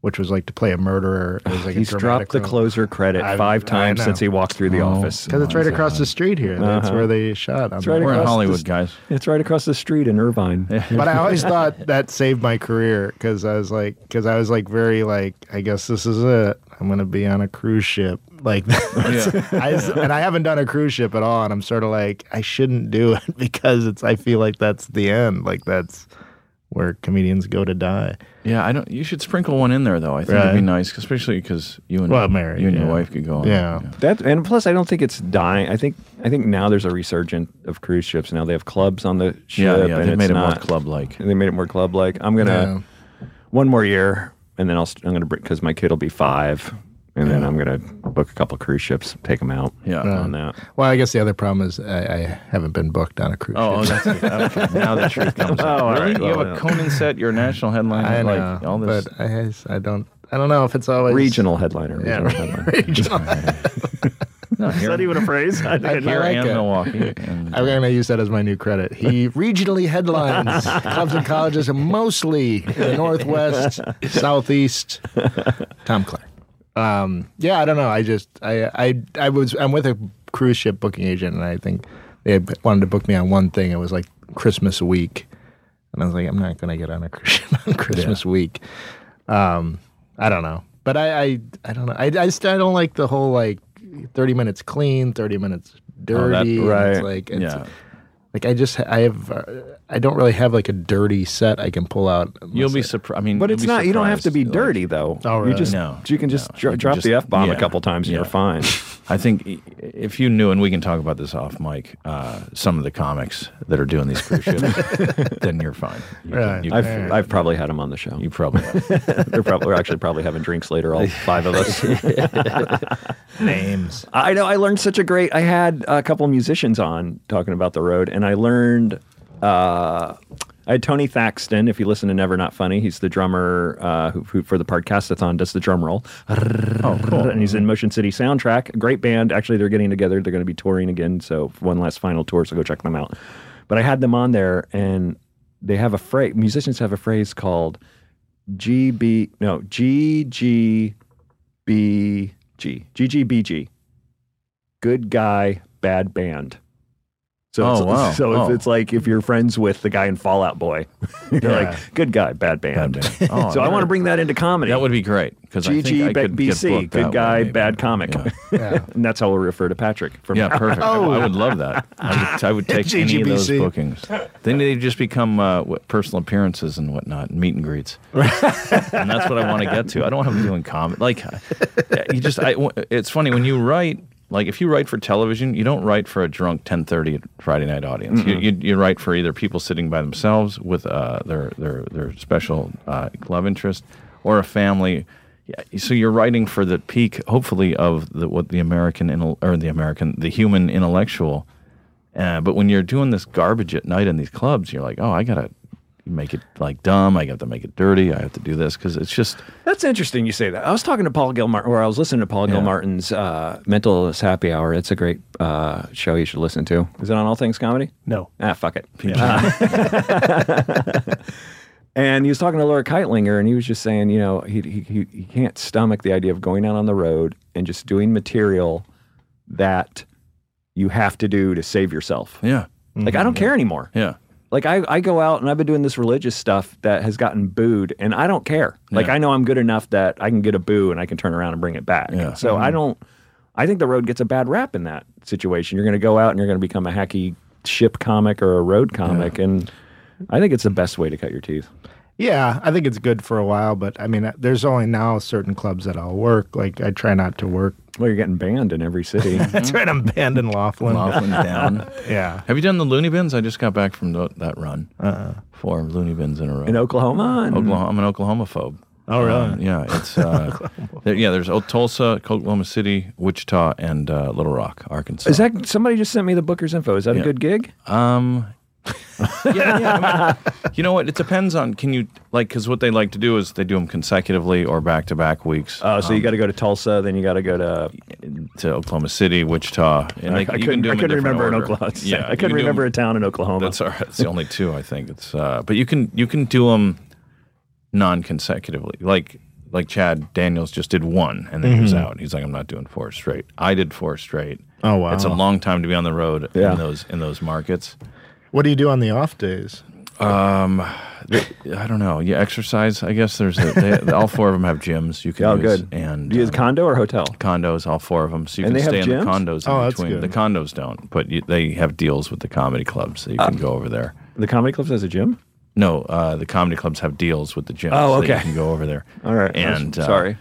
which was like to play a murderer. It was like
He's
a
dropped the
closer
closer credit
I-
five
I
times
know.
since he walked through the office.
because it's right across the street here. That's where they shot. on
Uh-huh. It's right
that.
We're in
across
Hollywood,
the-
guys.
It's right across the street in Irvine.
but I always thought that saved my career because I was like, because I was like very like, I guess this is it. I'm gonna be on a cruise ship like that. I s- and I haven't done a cruise ship at all, and I'm sort of like, I shouldn't do it because it's. I feel like that's the end. Like that's where comedians go to die.
Yeah, I don't. You should sprinkle one in there though. I think it'd
Right.
be nice, especially because you and
Well, I'm married,
you and your
yeah.
wife could go on.
Yeah.
That and plus, I don't think it's dying. I think I think now there's a resurgent of cruise ships. Now they have clubs on the ship.
yeah, yeah.
and
They
it's
made it more
not-
club like.
They made it more club like. I'm gonna one more year, and then I'll st- I'm gonna because my kid will be five, and then I'm gonna book a couple cruise ships, take them out.
Yeah.
on that.
Well, I guess the other problem is I, I haven't been booked on a cruise
Oh, oh,
ship.
that's Oh, okay. now the truth comes out.
all
really?
right,
you
well,
have a
yeah.
Conan set, your national headline,
I know,
like all this.
but I, I don't. I don't know if it's always
Regional headliner.
Yeah,
Regional headliner.
regional.
no, here,
a phrase? I didn't
here
I like
and
it.
Milwaukee. And,
I'm going to use that as my new credit. He regionally headlines clubs and colleges, and mostly in the Northwest, Southeast. Tom Clark. Um, yeah, I don't know. I just I I I was I'm with a cruise ship booking agent, and I think they wanted to book me on one thing. It was like Christmas week, and I was like, I'm not going to get on a cruise ship on Christmas week. Um, I don't know, but I I, I don't know. I I, just, I don't like the whole like 30 minutes clean, 30 minutes
Oh,
dirty. and It's
right.
like it's,
yeah,
like I just I have uh, I don't really have like a dirty set I can pull out. unless
you'll be
I-
surprised. I mean,
But
you'll
it's
be
not. You don't have to be
surprised, like,
dirty though.
Oh,
You
really?
just
No,
you can just dro- drop
just-
the f bomb
yeah,
a couple times and
yeah.
you're fine.
I think i- if you knew, and we can talk about this off mic, uh, some of the comics that are doing these cruise ships, then you're fine. You can-
Right.
you,
I've
can-
I've probably had him on the show.
you probably
They're probably we're actually probably having drinks later, all five of us.
names.
I know. I learned such a great. I had a couple musicians on talking about the road, and I learned. Uh, I had Tony Thaxton. If you listen to Never Not Funny, he's the drummer uh, who, who for the podcastathon does the drum roll. And he's in Motion City Soundtrack. Great band. Actually, they're getting together. They're going to be touring again. So one last final tour. So go check them out. But I had them on there, and they have a phrase. Musicians have a phrase called GB. No, GGBG. GGBG good guy, bad band. So,
Oh,
it's,
wow.
so if
Oh.
it's like if you're friends with the guy in Fallout Boy, you're like, good guy, bad band.
Oh,
so I want to bring that into comedy.
That would be great because I think I
GG
could get
BC,
booked that
good
way,
guy,
maybe.
bad comic. Oh.
Yeah.
Yeah.
and that's how we refer to Patrick. From
Yeah, perfect. I, I would love that. I would, I would take any of those
GGBC.
bookings. Then they just become uh, what, personal appearances and whatnot, meet and greets, and that's what I want to get to. I don't want to be doing comedy. Like uh, you just, I, it's funny when you write. Like if you write for television, you don't write for a drunk 10:30 at Friday night audience. You, you you write for either people sitting by themselves with uh, their their their special uh, love interest, or a family yeah, so you're writing for the peak, hopefully, of the, what the American intel- or the American, the human intellectual. Uh, but when you're doing this garbage at night in these clubs, you're like, oh, I gotta make it like dumb. I have to make it dirty. I have to do this because it's just
That's interesting you say that. I was talking to Paul Gilmar, or I was listening to Paul Gilmartin's uh, Mental Illness Happy Hour. It's a great uh, show you should listen to. Is it on All Things Comedy?
No.
Ah, fuck it. Uh, and he was talking to Laura Keitlinger, and he was just saying, you know, he, he, he, he can't stomach the idea of going out on the road and just doing material that you have to do to save yourself.
yeah,
Like, I don't care anymore.
yeah.
Like, I, I go out and I've been doing this religious stuff that has gotten booed, and I don't care. Like,
Yeah.
I know I'm good enough that I can get a boo and I can turn around and bring it back.
Yeah. Mm-hmm.
So I don't, I think the road gets a bad rap in that situation. You're going to go out and you're going to become a hacky ship comic or a road comic. And I think it's the best way to cut your teeth.
Yeah, I think it's good for a while, but I mean, uh, there's only now certain clubs that I'll work. Like I try not to work.
Well, you're getting banned in every city.
That's right. I'm banned in Laughlin.
Laughlin down.
Yeah.
Have you done the loony bins? I just got back from tho- that run. uh Four loony bins in a row.
in Oklahoma. and-
Oklahoma, I'm an Oklahoma phobe. Oh, really? yeah, it's uh, there, yeah. There's O- Tulsa, Oklahoma City, Wichita, and uh, Little Rock, Arkansas.
Is that somebody just sent me the booker's info? Is that a
Yeah.
good gig?
Um, yeah, yeah. I mean, you know what? It depends on can you like because what they like to do is they do them consecutively or back to back weeks
Oh, so you got to go to Tulsa, then you got to go to.
to Oklahoma City, Wichita, and
I,
they,
I
you
couldn't,
can do
I
'em in
couldn't
different
remember an
order.
Oklahoma.
Yeah,
I
you can
couldn't
do 'em-
remember a town in Oklahoma.
That's all right. It's the only two I think. It's uh, but you can you can do them non-consecutively. Like like Chad Daniels just did one and then he
Mm-hmm.
was out. He's like, I'm not doing four straight. I did four straight.
Oh, wow.
It's a long time to be on the road
Yeah.
in those in those markets.
What do you do on the off days?
I don't know. You exercise. I guess there's a, they, all four of them have gyms. You can
Oh,
use,
good.
And
Do you use
uh,
condo or hotel?
condos, all four of them. So you
And
can
they
stay
have
in the
gyms?
condos in
Oh, that's good.
between. The condos don't, but you, they have deals with the comedy clubs that you
Ah.
can go over there.
The comedy club has a gym.
No, uh, the comedy clubs have deals with the gyms.
Oh,
That
okay.
you can go over there.
All right. I was-
And uh,
sorry.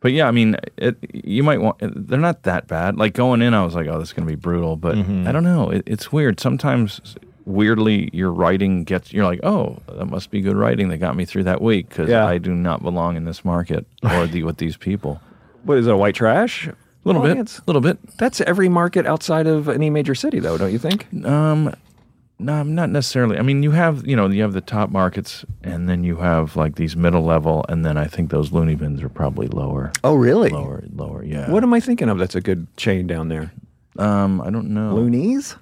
but yeah, I mean, it, you might want. They're not that bad. Like going in, I was like, oh, this is gonna be brutal. But
Mm-hmm.
I don't know. It, it's weird. Sometimes, weirdly, your writing gets. You're like, oh, that must be good writing that got me through that week because
Yeah.
I do not belong in this market or the, with these people.
What is it? A white trash? A
A little bit. A little bit.
That's every market outside of any major city, though, don't you think?
No, Um, I'm not necessarily. I mean, you have you know you have the top markets, and then you have like these middle level, and then I think those loony bins are probably lower,
Oh, really?
lower, lower. Yeah.
What am I thinking of? That's a good chain down there.
Um, I don't know.
Loonies?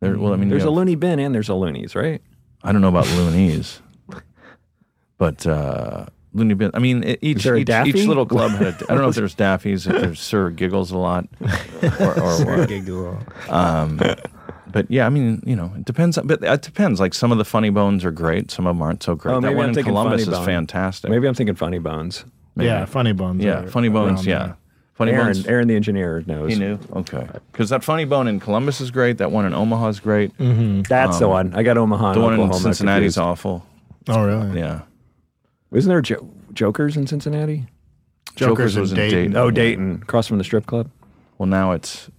There, well, I mean,
There's
there's
a loony bin and there's a loonies, right?
I don't know about loonies, but uh, loony bin. I mean, it, each
there a
each,
Daffy?
each little club had. A, I don't know if there's Daffy's, if there's Sir Giggles a lot, or, or what. Um, But yeah, I mean, you know, it depends. on- But it depends. Like some of the funny bones are great, some of them aren't so great.
Oh,
that
maybe
one
I'm
in
thinking
Columbus
Funny
is
Bone.
fantastic.
Maybe I'm thinking Funny Bones.
Yeah, funny bones.
Yeah,
are
funny
around
bones. Yeah,
there.
funny
Aaron,
bones.
Aaron the engineer knows.
He knew. Okay, because that funny bone in Columbus is great. That one in Omaha is great.
That's the one. I got Omaha.
The
and
one
Mm-hmm. Oklahoma
in Cincinnati is
confused.
awful.
Oh, really?
Yeah,
Isn't there jo- Jokers in Cincinnati?
Joker's in Dayton.
Oh, Dayton, across from the strip club.
Well, now it's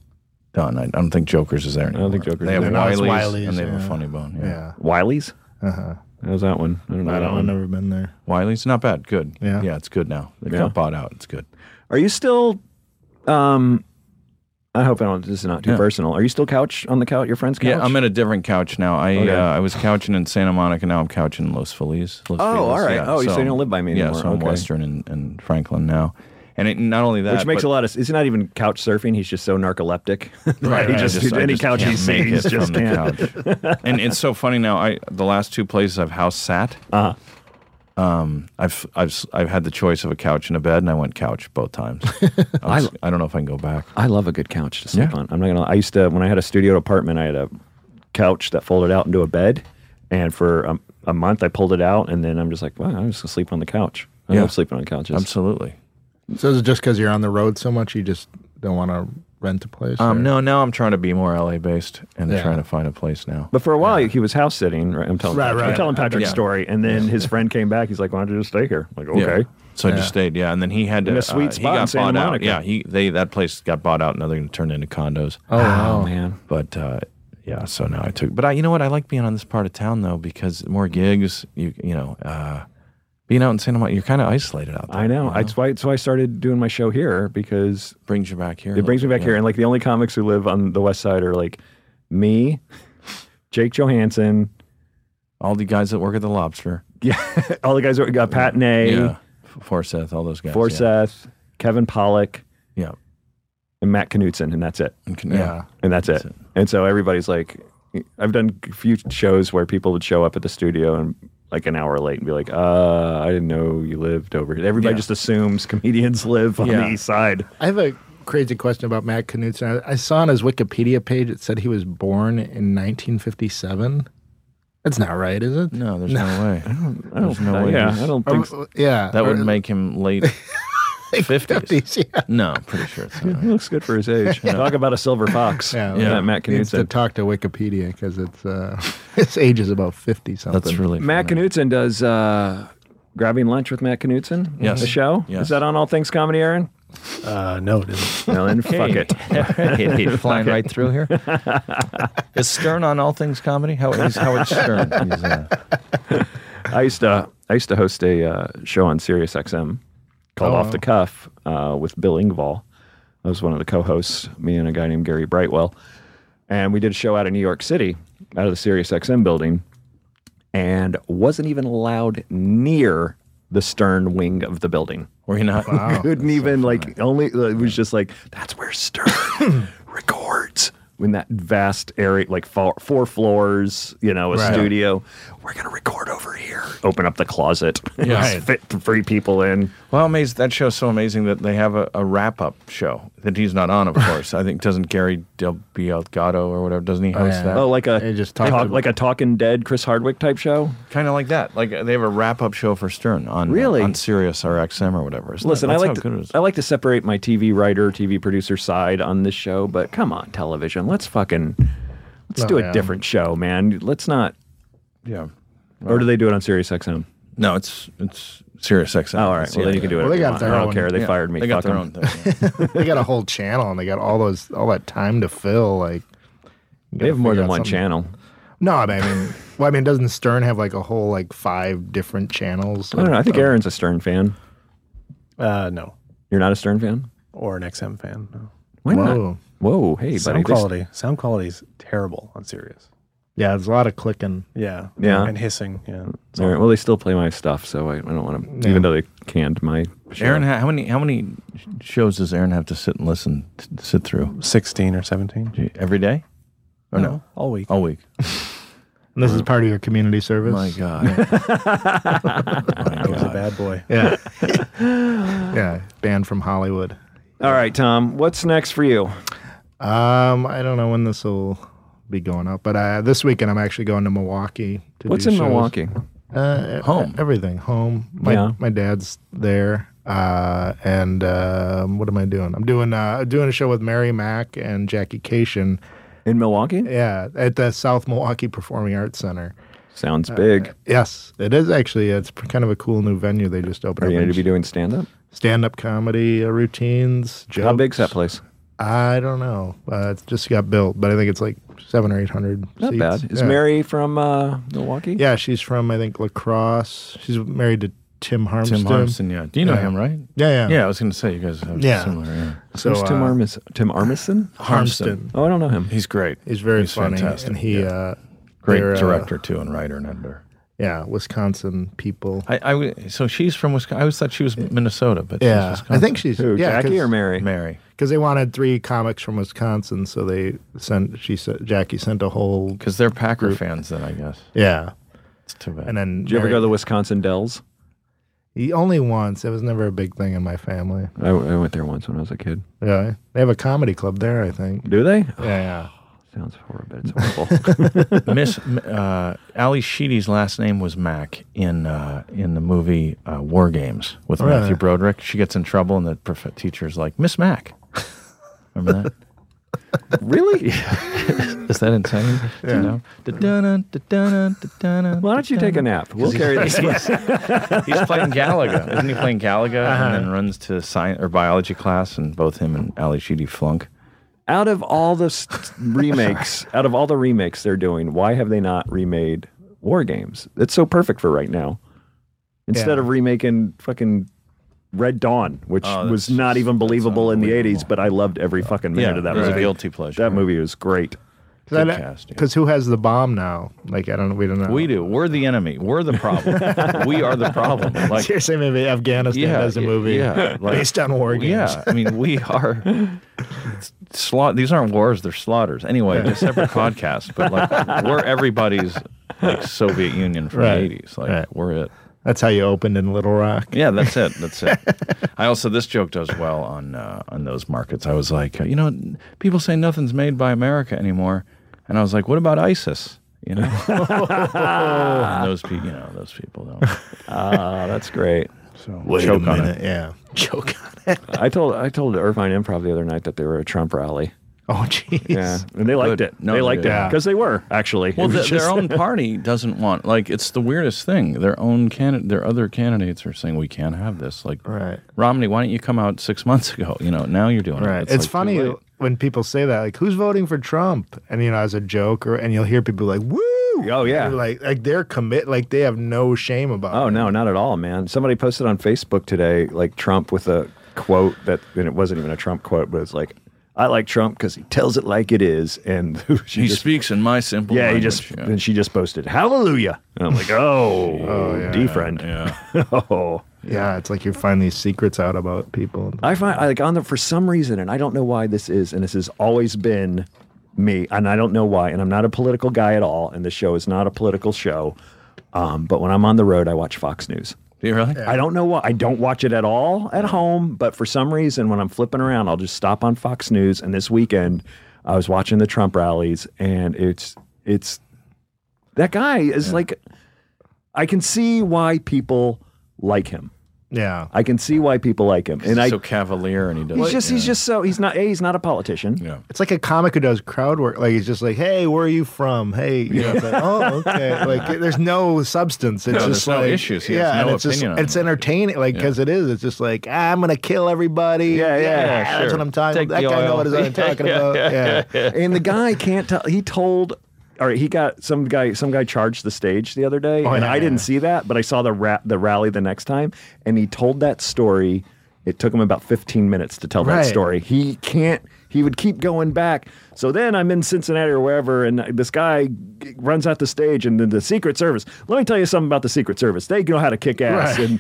done. I I don't think Joker's is there anymore.
think Joker's
They
is
have
there.
No, it's
Wiley's,
Wiley's,
and they have
yeah.
a funny bone. Yeah.
Yeah.
Wiley's?
Uh huh.
Uh-huh. How's that one? I don't know.
I
that
don't. I've
one.
never been there.
Wiley's not bad. Good.
Yeah.
Yeah, it's good now. They
Yeah.
got bought out. It's good.
Are you still? Um, I hope I don't. This is not too
Yeah.
personal. Are you still couch on the couch? Your friend's couch?
Yeah, I'm at a different couch now. I
Okay.
uh, I was couching in Santa Monica. Now I'm couching in Los Feliz. Los
Oh,
Feliz,
all right. Oh, you- so you don't live by me
Yeah,
anymore.
so I'm
Okay.
Western and, and Franklin now. And it, not only that,
Which makes a
but-
lot of. He's not even couch surfing. He's just so narcoleptic. right. He
I
just,
I
any couch he
can't make
sees
it
just
from the
can't.
couch. and it's so funny now. I the last two places I've house sat. Uh-huh. Um, I've I've s- I've had the choice of a couch and a bed, and I went couch both times. I was- I don't know if I can go back.
I love a good couch to sleep
Yeah.
on. I'm not gonna. I used to when I had a studio apartment, I had a couch that folded out into a bed, and for a, a month I pulled it out, and then I'm just like, wow, I'm just gonna sleep on the couch. I
Yeah.
love sleeping on couches.
Absolutely.
So is it just because you're on the road so much, you just don't want to rent a place?
Um,
or-
no, now I'm trying to be more LA based and
Yeah.
trying to find a place now.
But for a while, he was house sitting. Right? I'm telling
Right,
Patrick, I'm
right.
telling Patrick's
Yeah.
story, and then his friend came back. He's like, "Why don't you just stay here?" I'm like, okay.
Yeah. So I
Yeah.
just stayed, yeah, and then he had to.
In a sweet
uh, he
spot in
got
Santa
bought out.
Monica.
Yeah, he they that place got bought out, and now they're going to turn it into condos.
Oh, wow.
man,
But uh, yeah, so now I took. But I, you know what? I like being on this part of town though because more gigs. You you know, uh, being out in Santa Monica, you're kind of isolated out there.
I know. That's why. That's why I started doing my show here because
brings you back here. a
it brings me
little
back
bit,
here. And like the only comics who live on the west side are like me, Jake Johansson,
yeah. All the guys that work at the Lobster.
yeah, all the guys that got Pat Nay,
Yeah. F- Forseth, all those guys. Yeah.
Forseth, Kevin Pollock,
Yeah.
and Matt Knutson, and that's it.
And can-
Yeah.
yeah.
and that's,
That's
it.
it.
And so everybody's like, I've done a few shows where people would show up at the studio and like an hour late and be like, uh, I didn't know you lived over here. Everybody
Yeah.
just assumes comedians live on
Yeah.
the east side.
I have a crazy question about Matt Knutson. I, I saw on his Wikipedia page it said he was born in 1957. That's not right, is it?
No, there's no, way.
I don't,
There's no way
yeah,
he's-
I don't
Or-
think so.
yeah.
That
or-
would make him late 50s.
50s, yeah.
No, I'm pretty sure it's not.
He looks good for his age. Talk about a silver fox.
Yeah,
yeah,
yeah.
Matt
Needs to
Knutson.
talk to Wikipedia because it's uh, his age is about 50 something.
That's really
Matt
funny.
Knutson does uh, grabbing lunch with Matt Knutson.
Yes.
the show
Yes.
is that on All Things Comedy, Aaron?
Uh, no, it isn't.
No, then fuck it.
flying right through here. Is Stern on all things comedy? How he's Howard Stern? He's, uh,
I used to I used to host a uh, show on Sirius XM called
Oh,
Off
wow.
the Cuff uh, with Bill Ingvall. I was one of the co-hosts, me and a guy named Gary Brightwell, and we did a show out in New York City. out of the Sirius XM building and wasn't even allowed near the stern wing of the building.
Were you not?
Couldn't even like only uh, it was just like that's where Stern records in that vast area, like four, four floors, you know, a
Right.
studio. We're gonna record over here. Open up the closet.
Right.
fit three people in.
Well, amazed, that show's so amazing that they have a, a wrap up show that he's not on, of course. I think doesn't Gary Del Bielgato or whatever doesn't he host
yeah.
that?
Oh, like a
They just
talk,
talk-
like a Talking Dead Chris Hardwick type show.
kind of like that. Like uh, they have a wrap up show for Stern on uh,
Really?
on Sirius or XM or whatever. Isn't
Listen,
that,
I
that's
like
how good it
to, Oh.
is.
I like to separate my TV writer, TV producer side on this show, but come on, television, let's fucking let's
Oh,
do a
yeah.
different show, man. Let's not.
yeah.
Or do they do it on Sirius XM?
No, it's it's Sirius XM.
Oh, all right. Well, then you can do it.
Well, they
if you
got
want.
their
I don't
own-
care. They fired me.
They got
Fuck 'em.
their own thing. yeah.
they got a whole channel and they got all those all that time to fill. Like
They have more than one
channel.
channel.
No, I mean, I mean- well, I mean, doesn't Stern have like a whole like five different channels?
I don't know. I think Aaron's a Stern fan.
Uh, no.
You're not a Stern fan?
Or an XM fan. No.
Why not?
Whoa.
Whoa, hey, buddy.
Sound
this-
quality. Sound quality is terrible on Sirius.
Yeah, there's a lot of clicking.
Yeah.
Yeah.
And hissing. Yeah.
all right, well, they still play my stuff, so I, I don't want to. Even though they canned my show.
Aaron, ha- how many how many shows does Aaron have to sit and listen t- sit through
16 or 17.
Gee, every day
Oh,
or no?
All week.
All week.
And this is part of your community service.
My God.
I was a bad boy.
Yeah. yeah. Banned from Hollywood.
All right, Tom, what's next for you?
Um, I don't know when this will be going up, but uh, this weekend I'm actually going to Milwaukee. To
What's
do
in
shows.
Milwaukee?
Uh,
Home.
Everything. Home. My
Yeah.
my dad's there. Uh, and um, what am I doing? I'm doing uh, doing a show with Mary Mack and Jackie Cation.
In Milwaukee?
Yeah, at the South Milwaukee Performing Arts Center. Uh,
Sounds big.
Yes, it is actually. It's p- kind of a cool new venue they just opened.
Are you
up
going to be doing stand up?
stand up comedy uh, routines? Jokes.
How big's that place?
I don't know. Uh, it just got built, but I think it's like seven or eight hundred.
Not
seats.
bad. Is
yeah.
Mary from uh, Milwaukee?
Yeah, she's from I think Lacrosse. She's married to Tim Harmston.
Tim Harmson, yeah. Do you know
Yeah.
him, right?
Yeah, yeah.
Yeah, I was going to say you guys have
Yeah.
similar. Yeah.
So
Who's Tim
uh,
Armis- Tim Armisen?
Harmston.
Oh, I don't know him.
He's great.
He's very
He's
funny,
fantastic,
and he
yeah.
uh,
Great
they're, uh,
director too, and writer and editor.
yeah, Wisconsin people.
I, I w- so she's from Wisconsin. I always thought she was Minnesota, but
yeah,
she's
I think she's
Who,
yeah,
Jackie
'cause-
or Mary?
Mary
because they wanted three comics from Wisconsin, so they sent she sent Jackie sent a whole
because they're Packer fans. Then I guess
yeah,
it's too bad.
and then
Did you ever
Mary-
go to the Wisconsin Dells?
he only once. It was never a big thing in my family.
I, I went there once when I was a kid.
Yeah, they have a comedy club there, I think.
Do they?
Yeah, yeah.
Sounds horrible. It's horrible.
Miss uh, Ali Sheedy's last name was Mac in uh, in the movie uh, War Games with
Oh, Really?
Matthew Broderick. She gets in trouble, and the prof- teacher's like, "Miss Mac." Remember that?
really?
Is that insane? Yeah. You know? Da-dun-dun, da-dun-dun, da-dun-dun,
Why don't you take a nap? We'll carry this.
He's playing Galaga. Isn't he playing Galaga and then runs to science or biology class and both him and Ali Sheedy flunk?
Out of all the s remakes, out of all the remakes they're doing, why have they not remade War Games? It's so perfect for right now. Instead
Yeah.
of remaking fucking Red Dawn, which
Oh, that's
was not
just-
even
that's
believable in the
unbelievable.
'80s, but I loved every fucking minute of that
it was a
movie.
guilty pleasure.
That movie was great.
Because
Good cast, yeah.
who has the bomb now? Like I don't. We don't know.
We do. We're the enemy. We're the problem. we are the problem. Like,
Seriously, maybe Afghanistan
Yeah,
as a
y-
movie
yeah, like-
based on war games.
yeah. I mean, we are. it's Slot. These aren't wars. They're slaughters. Anyway, it's a separate podcast. But like, we're everybody's like Soviet Union from
Right.
the eighties. Like,
Right.
we're it.
that's how you opened in Little Rock.
Yeah, that's it. That's it. I also this joke does well on uh, on those markets. I was like, you know, n- people say nothing's made by America anymore, and I was like, what about ISIS? You know, And those people, you know, those people don't.
Ah, that's great.
So
Wait
choke
a
on
minute.
it.
Yeah. Choke on it.
I told I told Irvine Improv the other night that they were a Trump rally.
Oh, jeez.
Yeah, and they liked
Good.
it.
No,
they liked it
yeah.
because they were actually.
Well,
It was
th- their
just-
own party doesn't want like it's the weirdest thing. Their own candidate, their other candidates are saying we can't have this. Like
Right.
Romney, why don't you come out six months ago? You know, now you're doing
Right.
it.
It's,
like, too
funny
late.
when people say that, like, who's voting for Trump? And you know, as a joke, or and you'll hear people like, "Woo!"
Oh, yeah.
They're like like they're commit, like they have no shame about.
Oh
it.
no, not at all, man. Somebody posted on Facebook today like Trump with a quote that, and it wasn't even a Trump quote, but it's like, I like Trump because he tells it like it is, and she
He
just,
speaks in my simple
yeah, he
language.
just and she just posted Hallelujah, and I'm like, oh, D friend,
yeah.
oh.
Yeah, it's like you find these secrets out about people.
I find I, like on the for some reason, and I don't know why this is, and this has always been me, and I don't know why, and I'm not a political guy at all, and the show is not a political show. Um, but when I'm on the road, I watch Fox News.
Do you really?
I don't know why. I don't watch it at all at home, but for some reason, when I'm flipping around, I'll just stop on Fox News. And this weekend, I was watching the Trump rallies, and it's it's that guy is like, I can see why people like him.
Yeah.
I can see why people like him, and
He's
I
so cavalier, and he does.
he's just he's just so he's not a he's not a politician.
Yeah.
It's like a comic who does crowd work. Like he's just like, "Hey, where are you from? Hey, you know, it's like, oh, okay." Like there's no substance. It's
No,
just
there's no
like
issues. He has
yeah, and
no
it's just
opinion on
it's
it.
entertaining. Like because it is. It's just like ah, I'm gonna kill everybody.
Yeah, yeah,
that's
sure.
what I'm talking.
Take
about. That
the
guy
oil.
knows what I'm talking about. Yeah,
and the guy can't tell. He told, all right, he got some guy. Some guy charged the stage the other day, and
yeah,
I
yeah,
didn't
yeah.
see that, but I saw the ra- the rally the next time, and he told that story. It took him about 15 minutes to tell
Right.
that story. He can't. He would keep going back. So then I'm in Cincinnati or wherever, and this guy g- runs out the stage, and then the Secret Service. Let me tell you something about the Secret Service. They know how to kick ass.
Right.
And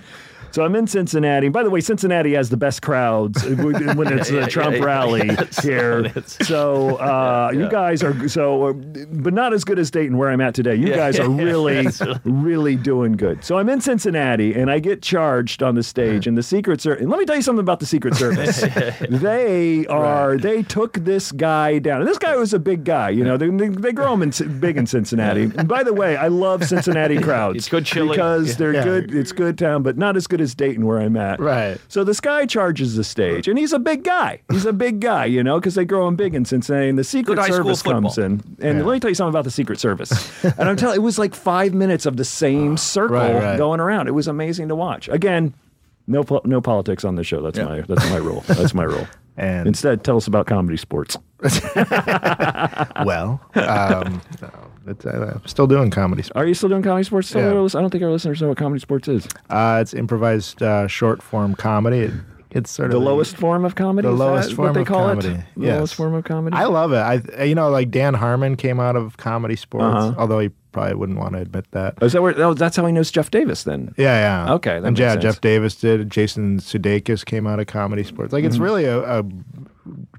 so I'm in Cincinnati. By the way, Cincinnati has the best crowds when when it's a Trump rally here. So uh, you guys are so, uh, but not as good as Dayton, where I'm at today. You guys are really, really doing good. So I'm in Cincinnati, and I get charged on the stage,
Uh-huh.
and the Secret Service. And let me tell you something about the Secret Service. they are. They took this guy down, and this guy was a big guy. You know, they, they, they grow him in, Cin- big in Cincinnati. And by the way, I love Cincinnati crowds.
It's good chili.
because they're
Yeah.
good. It's good town, but not as good as Dayton, where I'm at.
Hmm. Right.
So this guy charges the stage, and he's a big guy. He's a big guy, you know, because they grow him big in Cincinnati. And the Secret
Good high school
Service comes
football.
in, and let me tell you something about the Secret Service. and I'm telling, it was like five minutes of the same circle
Right, right.
going around. It was amazing to watch. Again, no po- no politics on this show. That's
Yeah.
my that's my rule. That's my rule.
And-
Instead, tell us about comedy sports.
well, um, no, it's, uh, I'm still doing comedy.
Are you still doing comedy sports? Tell
Yeah.
our lis- I don't think our listeners know what comedy sports is.
Uh, it's improvised uh, short form comedy. It, it's sort
The
of
lowest form of comedy.
the
Is
lowest
that
form
what they
of
call
comedy.
It? The
Yes.
lowest form of comedy.
I love it. I you know like Dan Harmon came out of comedy sports,
Uh-huh.
although he probably wouldn't want to admit that.
Oh, is that where, oh, that's how he knows Jeff Davis then.
Yeah, yeah.
Okay, that
and
makes
yeah,
sense.
Jeff Davis did. Jason Sudeikis came out of comedy sports. Like it's
Mm-hmm.
really a, a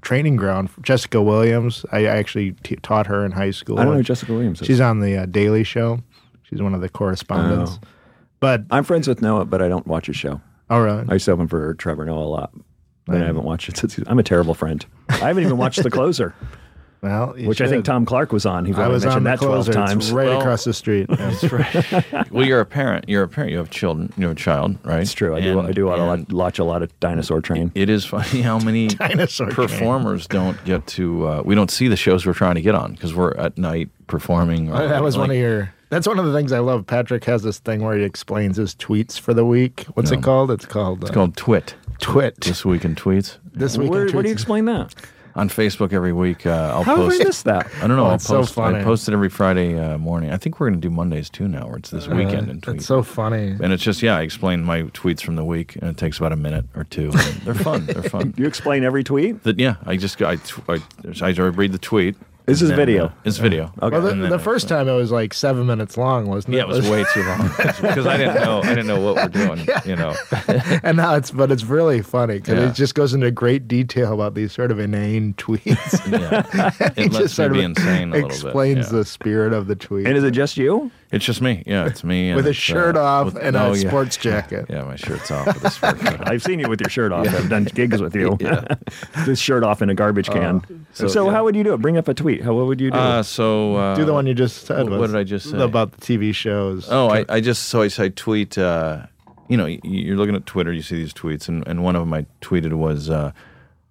training ground. Jessica Williams. I, I actually t- taught her in high school.
I don't know who Jessica Williams is.
She's on the uh, Daily Show. She's one of the correspondents. But
I'm friends with Noah, but Oh. I don't watch his show.
oh really?
I used to open for Trevor Noah a lot, but I haven't watched it since. he- I'm a terrible friend. I haven't even watched The Closer,
well, you
which I think
should.
Tom Clark was on. He
I was
mentioned
on the
that 12
closer. It's
times.
right
Well-
across the street. That's right.
Well, you're a parent. You're a parent. You have children. You have a child, right?
It's true. I do. I do a
and
lot, watch a lot of Dinosaur Train.
It is funny how many
Dinosaur game.
performers don't get to. Uh, we don't see the shows we're trying to get on because we're at night performing. Or,
Oh, That was
like,
one of your. That's one of the things I love. Patrick has this thing where he explains his tweets for the week. What's it called? It's called. uh,
It's called Twit.
Twit.
This week in tweets
This week.
Where, where do you explain that?
on Facebook every week. Uh, I'll
How have
post.
we missed that?
I don't know.
Oh,
I'll
it's so
post. I
funny.
post it every Friday uh, morning. I think we're going to do Mondays too now, where it's this weekend and tweets.
It's Uh, so funny.
and it's just yeah, I explain my tweets from the week, and it takes about a minute or two. And they're fun. They're fun.
You explain every tweet.
That yeah, I just go- I tw- I, I read the tweet.
This
and
is
then,
video.
uh, it's video. Okay.
Well, the, the first time it was like seven minutes long, wasn't it?
Yeah, it was way too long because I didn't know I didn't know what we're doing. You know,
and now it's, but it's really funny because
Yeah.
it just goes into great detail about these sort of inane tweets.
yeah.
He
it lets me
sort
be
of
insane a little bit.
Explains
yeah.
the spirit of the tweet
And is it just you?
It's just me. Yeah, it's me and
with a
it's,
shirt
uh,
off
with-
and
no,
a
yeah.
sports jacket.
Yeah, my shirt's off with a sport coat.
I've seen you with your shirt off. I've done gigs with you. this shirt off in a garbage
Uh,
can. so
yeah.
how would you do it? Bring up a tweet. How what would you do?
Uh, so uh,
Do the one you just said.
what
was
did I just say?
about the TV shows?
Oh, I, I just so I, so I tweet. Uh, you know, y- you're looking at Twitter, you see these tweets, and, and one of them I tweeted was uh,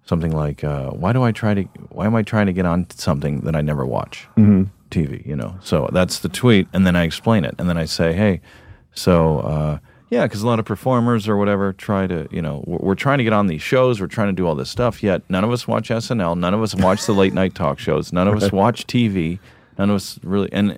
something like, uh, "Why do I try to? Why am I trying to get on to something that I never watch TV?" You know, so that's the tweet, and then I explain it, and then I say, "Hey, so." Uh, yeah, because a lot of performers or whatever try to, you know, we're, we're trying to get on these shows, we're trying to do all this stuff, yet none of us watch SNL, none of us watch the late night talk shows, none of us watch TV, none of us really, and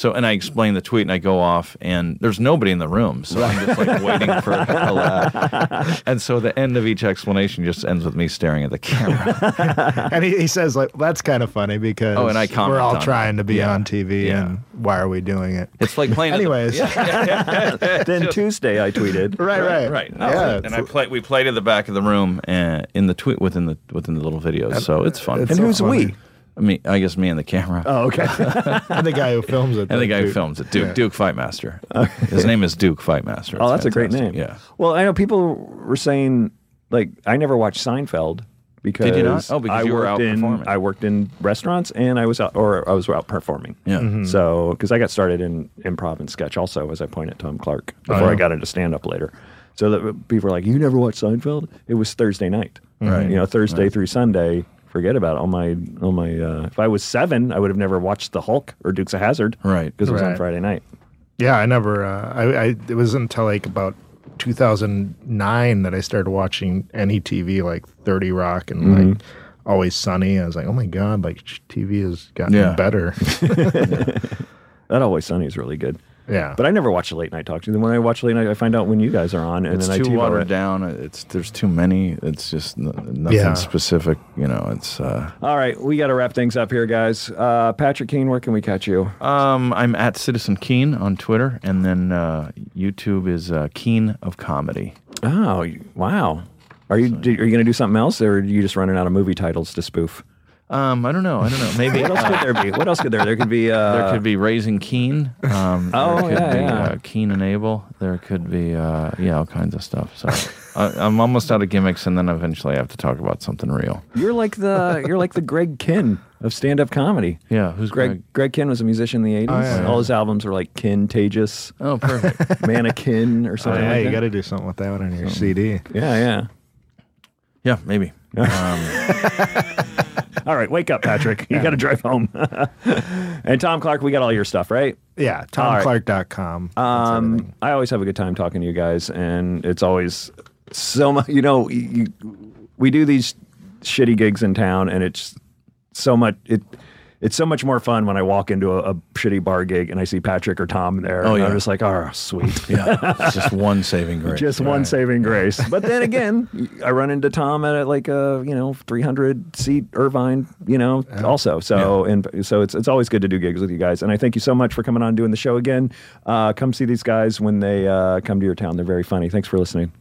So, and I explain the tweet and I go off, and there's nobody in the room. So I'm just like waiting for a laugh. And so the end of each explanation just ends with me staring at the camera.
and he, he says like that's kind of funny because
Oh, and I
we're
comment
all
on
trying to
it.
be
Yeah.
on TV
Yeah.
and why are we doing it?
It's like playing.
Anyways,
Then Tuesday, I tweeted.
right, right,
Right. No,
yeah,
and
it's-
I play. We played at the back of the room uh, in the tweet within the within the little videos. So it's fun.
it's
And
so
who's
funny.
we?
I mean, I guess me and the camera.
Oh, okay.
and the guy who films it.
and the
though,
guy who
too.
films it, Duke Duke Fightmaster. His name is Duke Fightmaster.
Oh,
It's
that's a great name.
fantastic. Yeah.
Well, I know people were saying like I never watched Seinfeld because
Did you not? Oh,
I
because you were
worked
out
in
performing.
I worked in restaurants and I was out or I was out performing.
Yeah.
So because I got started in improv and sketch also, as I point at Tom Clark
Oh,
before I got into stand up later. So that people were like, "You never watched Seinfeld?" It was Thursday night, right? You know, Thursday through Sunday. Forget about it. on my on my. Uh, if I was seven, I would have never watched The Hulk or Dukes of Hazard,
Right.
Because it was on
Right.
Friday night.
Yeah, I never. Uh, I, I it was until like about 2009 that I started watching any TV like 30 Rock and like
Mm-hmm.
Always Sunny. I was like, oh my god, like sh- TV has gotten
Yeah.
better.
That Always Sunny is really good.
yeah,
But I never watch a late night talk show. Then when I watch late night, I find out when you guys are on, and
It's
then I
too
TiVo
watered
it.
down. It's there's too many. It's just n- nothing
Yeah.
specific. You know, it's. Uh,
All right, we got to wrap things up here, guys. Uh, Patrick Keene, where can we catch you?
um, I'm at Citizen Keen on Twitter, and then uh, YouTube is uh, Keen of Comedy.
Oh, you- wow. Are you do, are you going to do something else, or are you just running out of movie titles to spoof?
Um, I don't know. I don't know. Maybe
What else
uh,
could there be? What else could there? There could be. Uh,
there could be Raising Keen. Um,
Oh,
there could
yeah,
be
yeah.
Uh, Keen Enable. There could be uh, yeah, all kinds of stuff. So I, I'm almost out of gimmicks, and then eventually I have to talk about something real.
You're like the you're like the Greg Kinn of stand up comedy.
Yeah, who's
Greg
Greg?
Greg Kinn was a musician in the '80s. All his albums were like Kintagious,
Oh, perfect.
Mannequin, or
Oh,
something.
yeah,
like
you
that.
got to do something with that one on your CD.
yeah, yeah.
yeah, maybe.
All right, wake up, Patrick. You got to drive home. and Tom Clark, we got all your stuff, right?
Yeah,
right.
TomClark.com. That's everything.
Um, I always have a good time talking to you guys, and it's always so much. You know, you, we do these shitty gigs in town, and it's so much. It it's so much more fun when I walk into a, a shitty bar gig and I see Patrick or Tom there.
Oh,
and I'm
yeah.
just like, oh, sweet.
Yeah, it's just one saving grace.
Just one saving grace, but then again, I run into Tom at like a you know 300 seat Irvine, you know, also. So and so it's it's always good to do gigs with you guys, and I thank you so much for coming on and doing the show again. Uh, come see these guys when they uh, come to your town; they're very funny. Thanks for listening.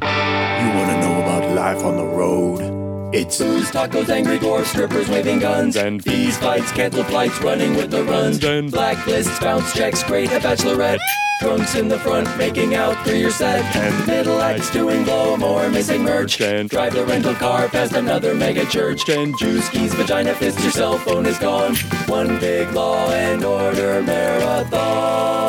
You want to know about life on the road? It's
Booze, tacos, angry dwarfs, strippers waving guns, and fees, fights, cancel flights, running with the runs, and blacklists, bounce checks, great, a bachelorette, drunks in the front, making out through your set, and middle acts doing blow more, missing merch, and drive the rental car past another mega church, and juice keys, vagina fist, your cell phone is gone, one big law and order marathon.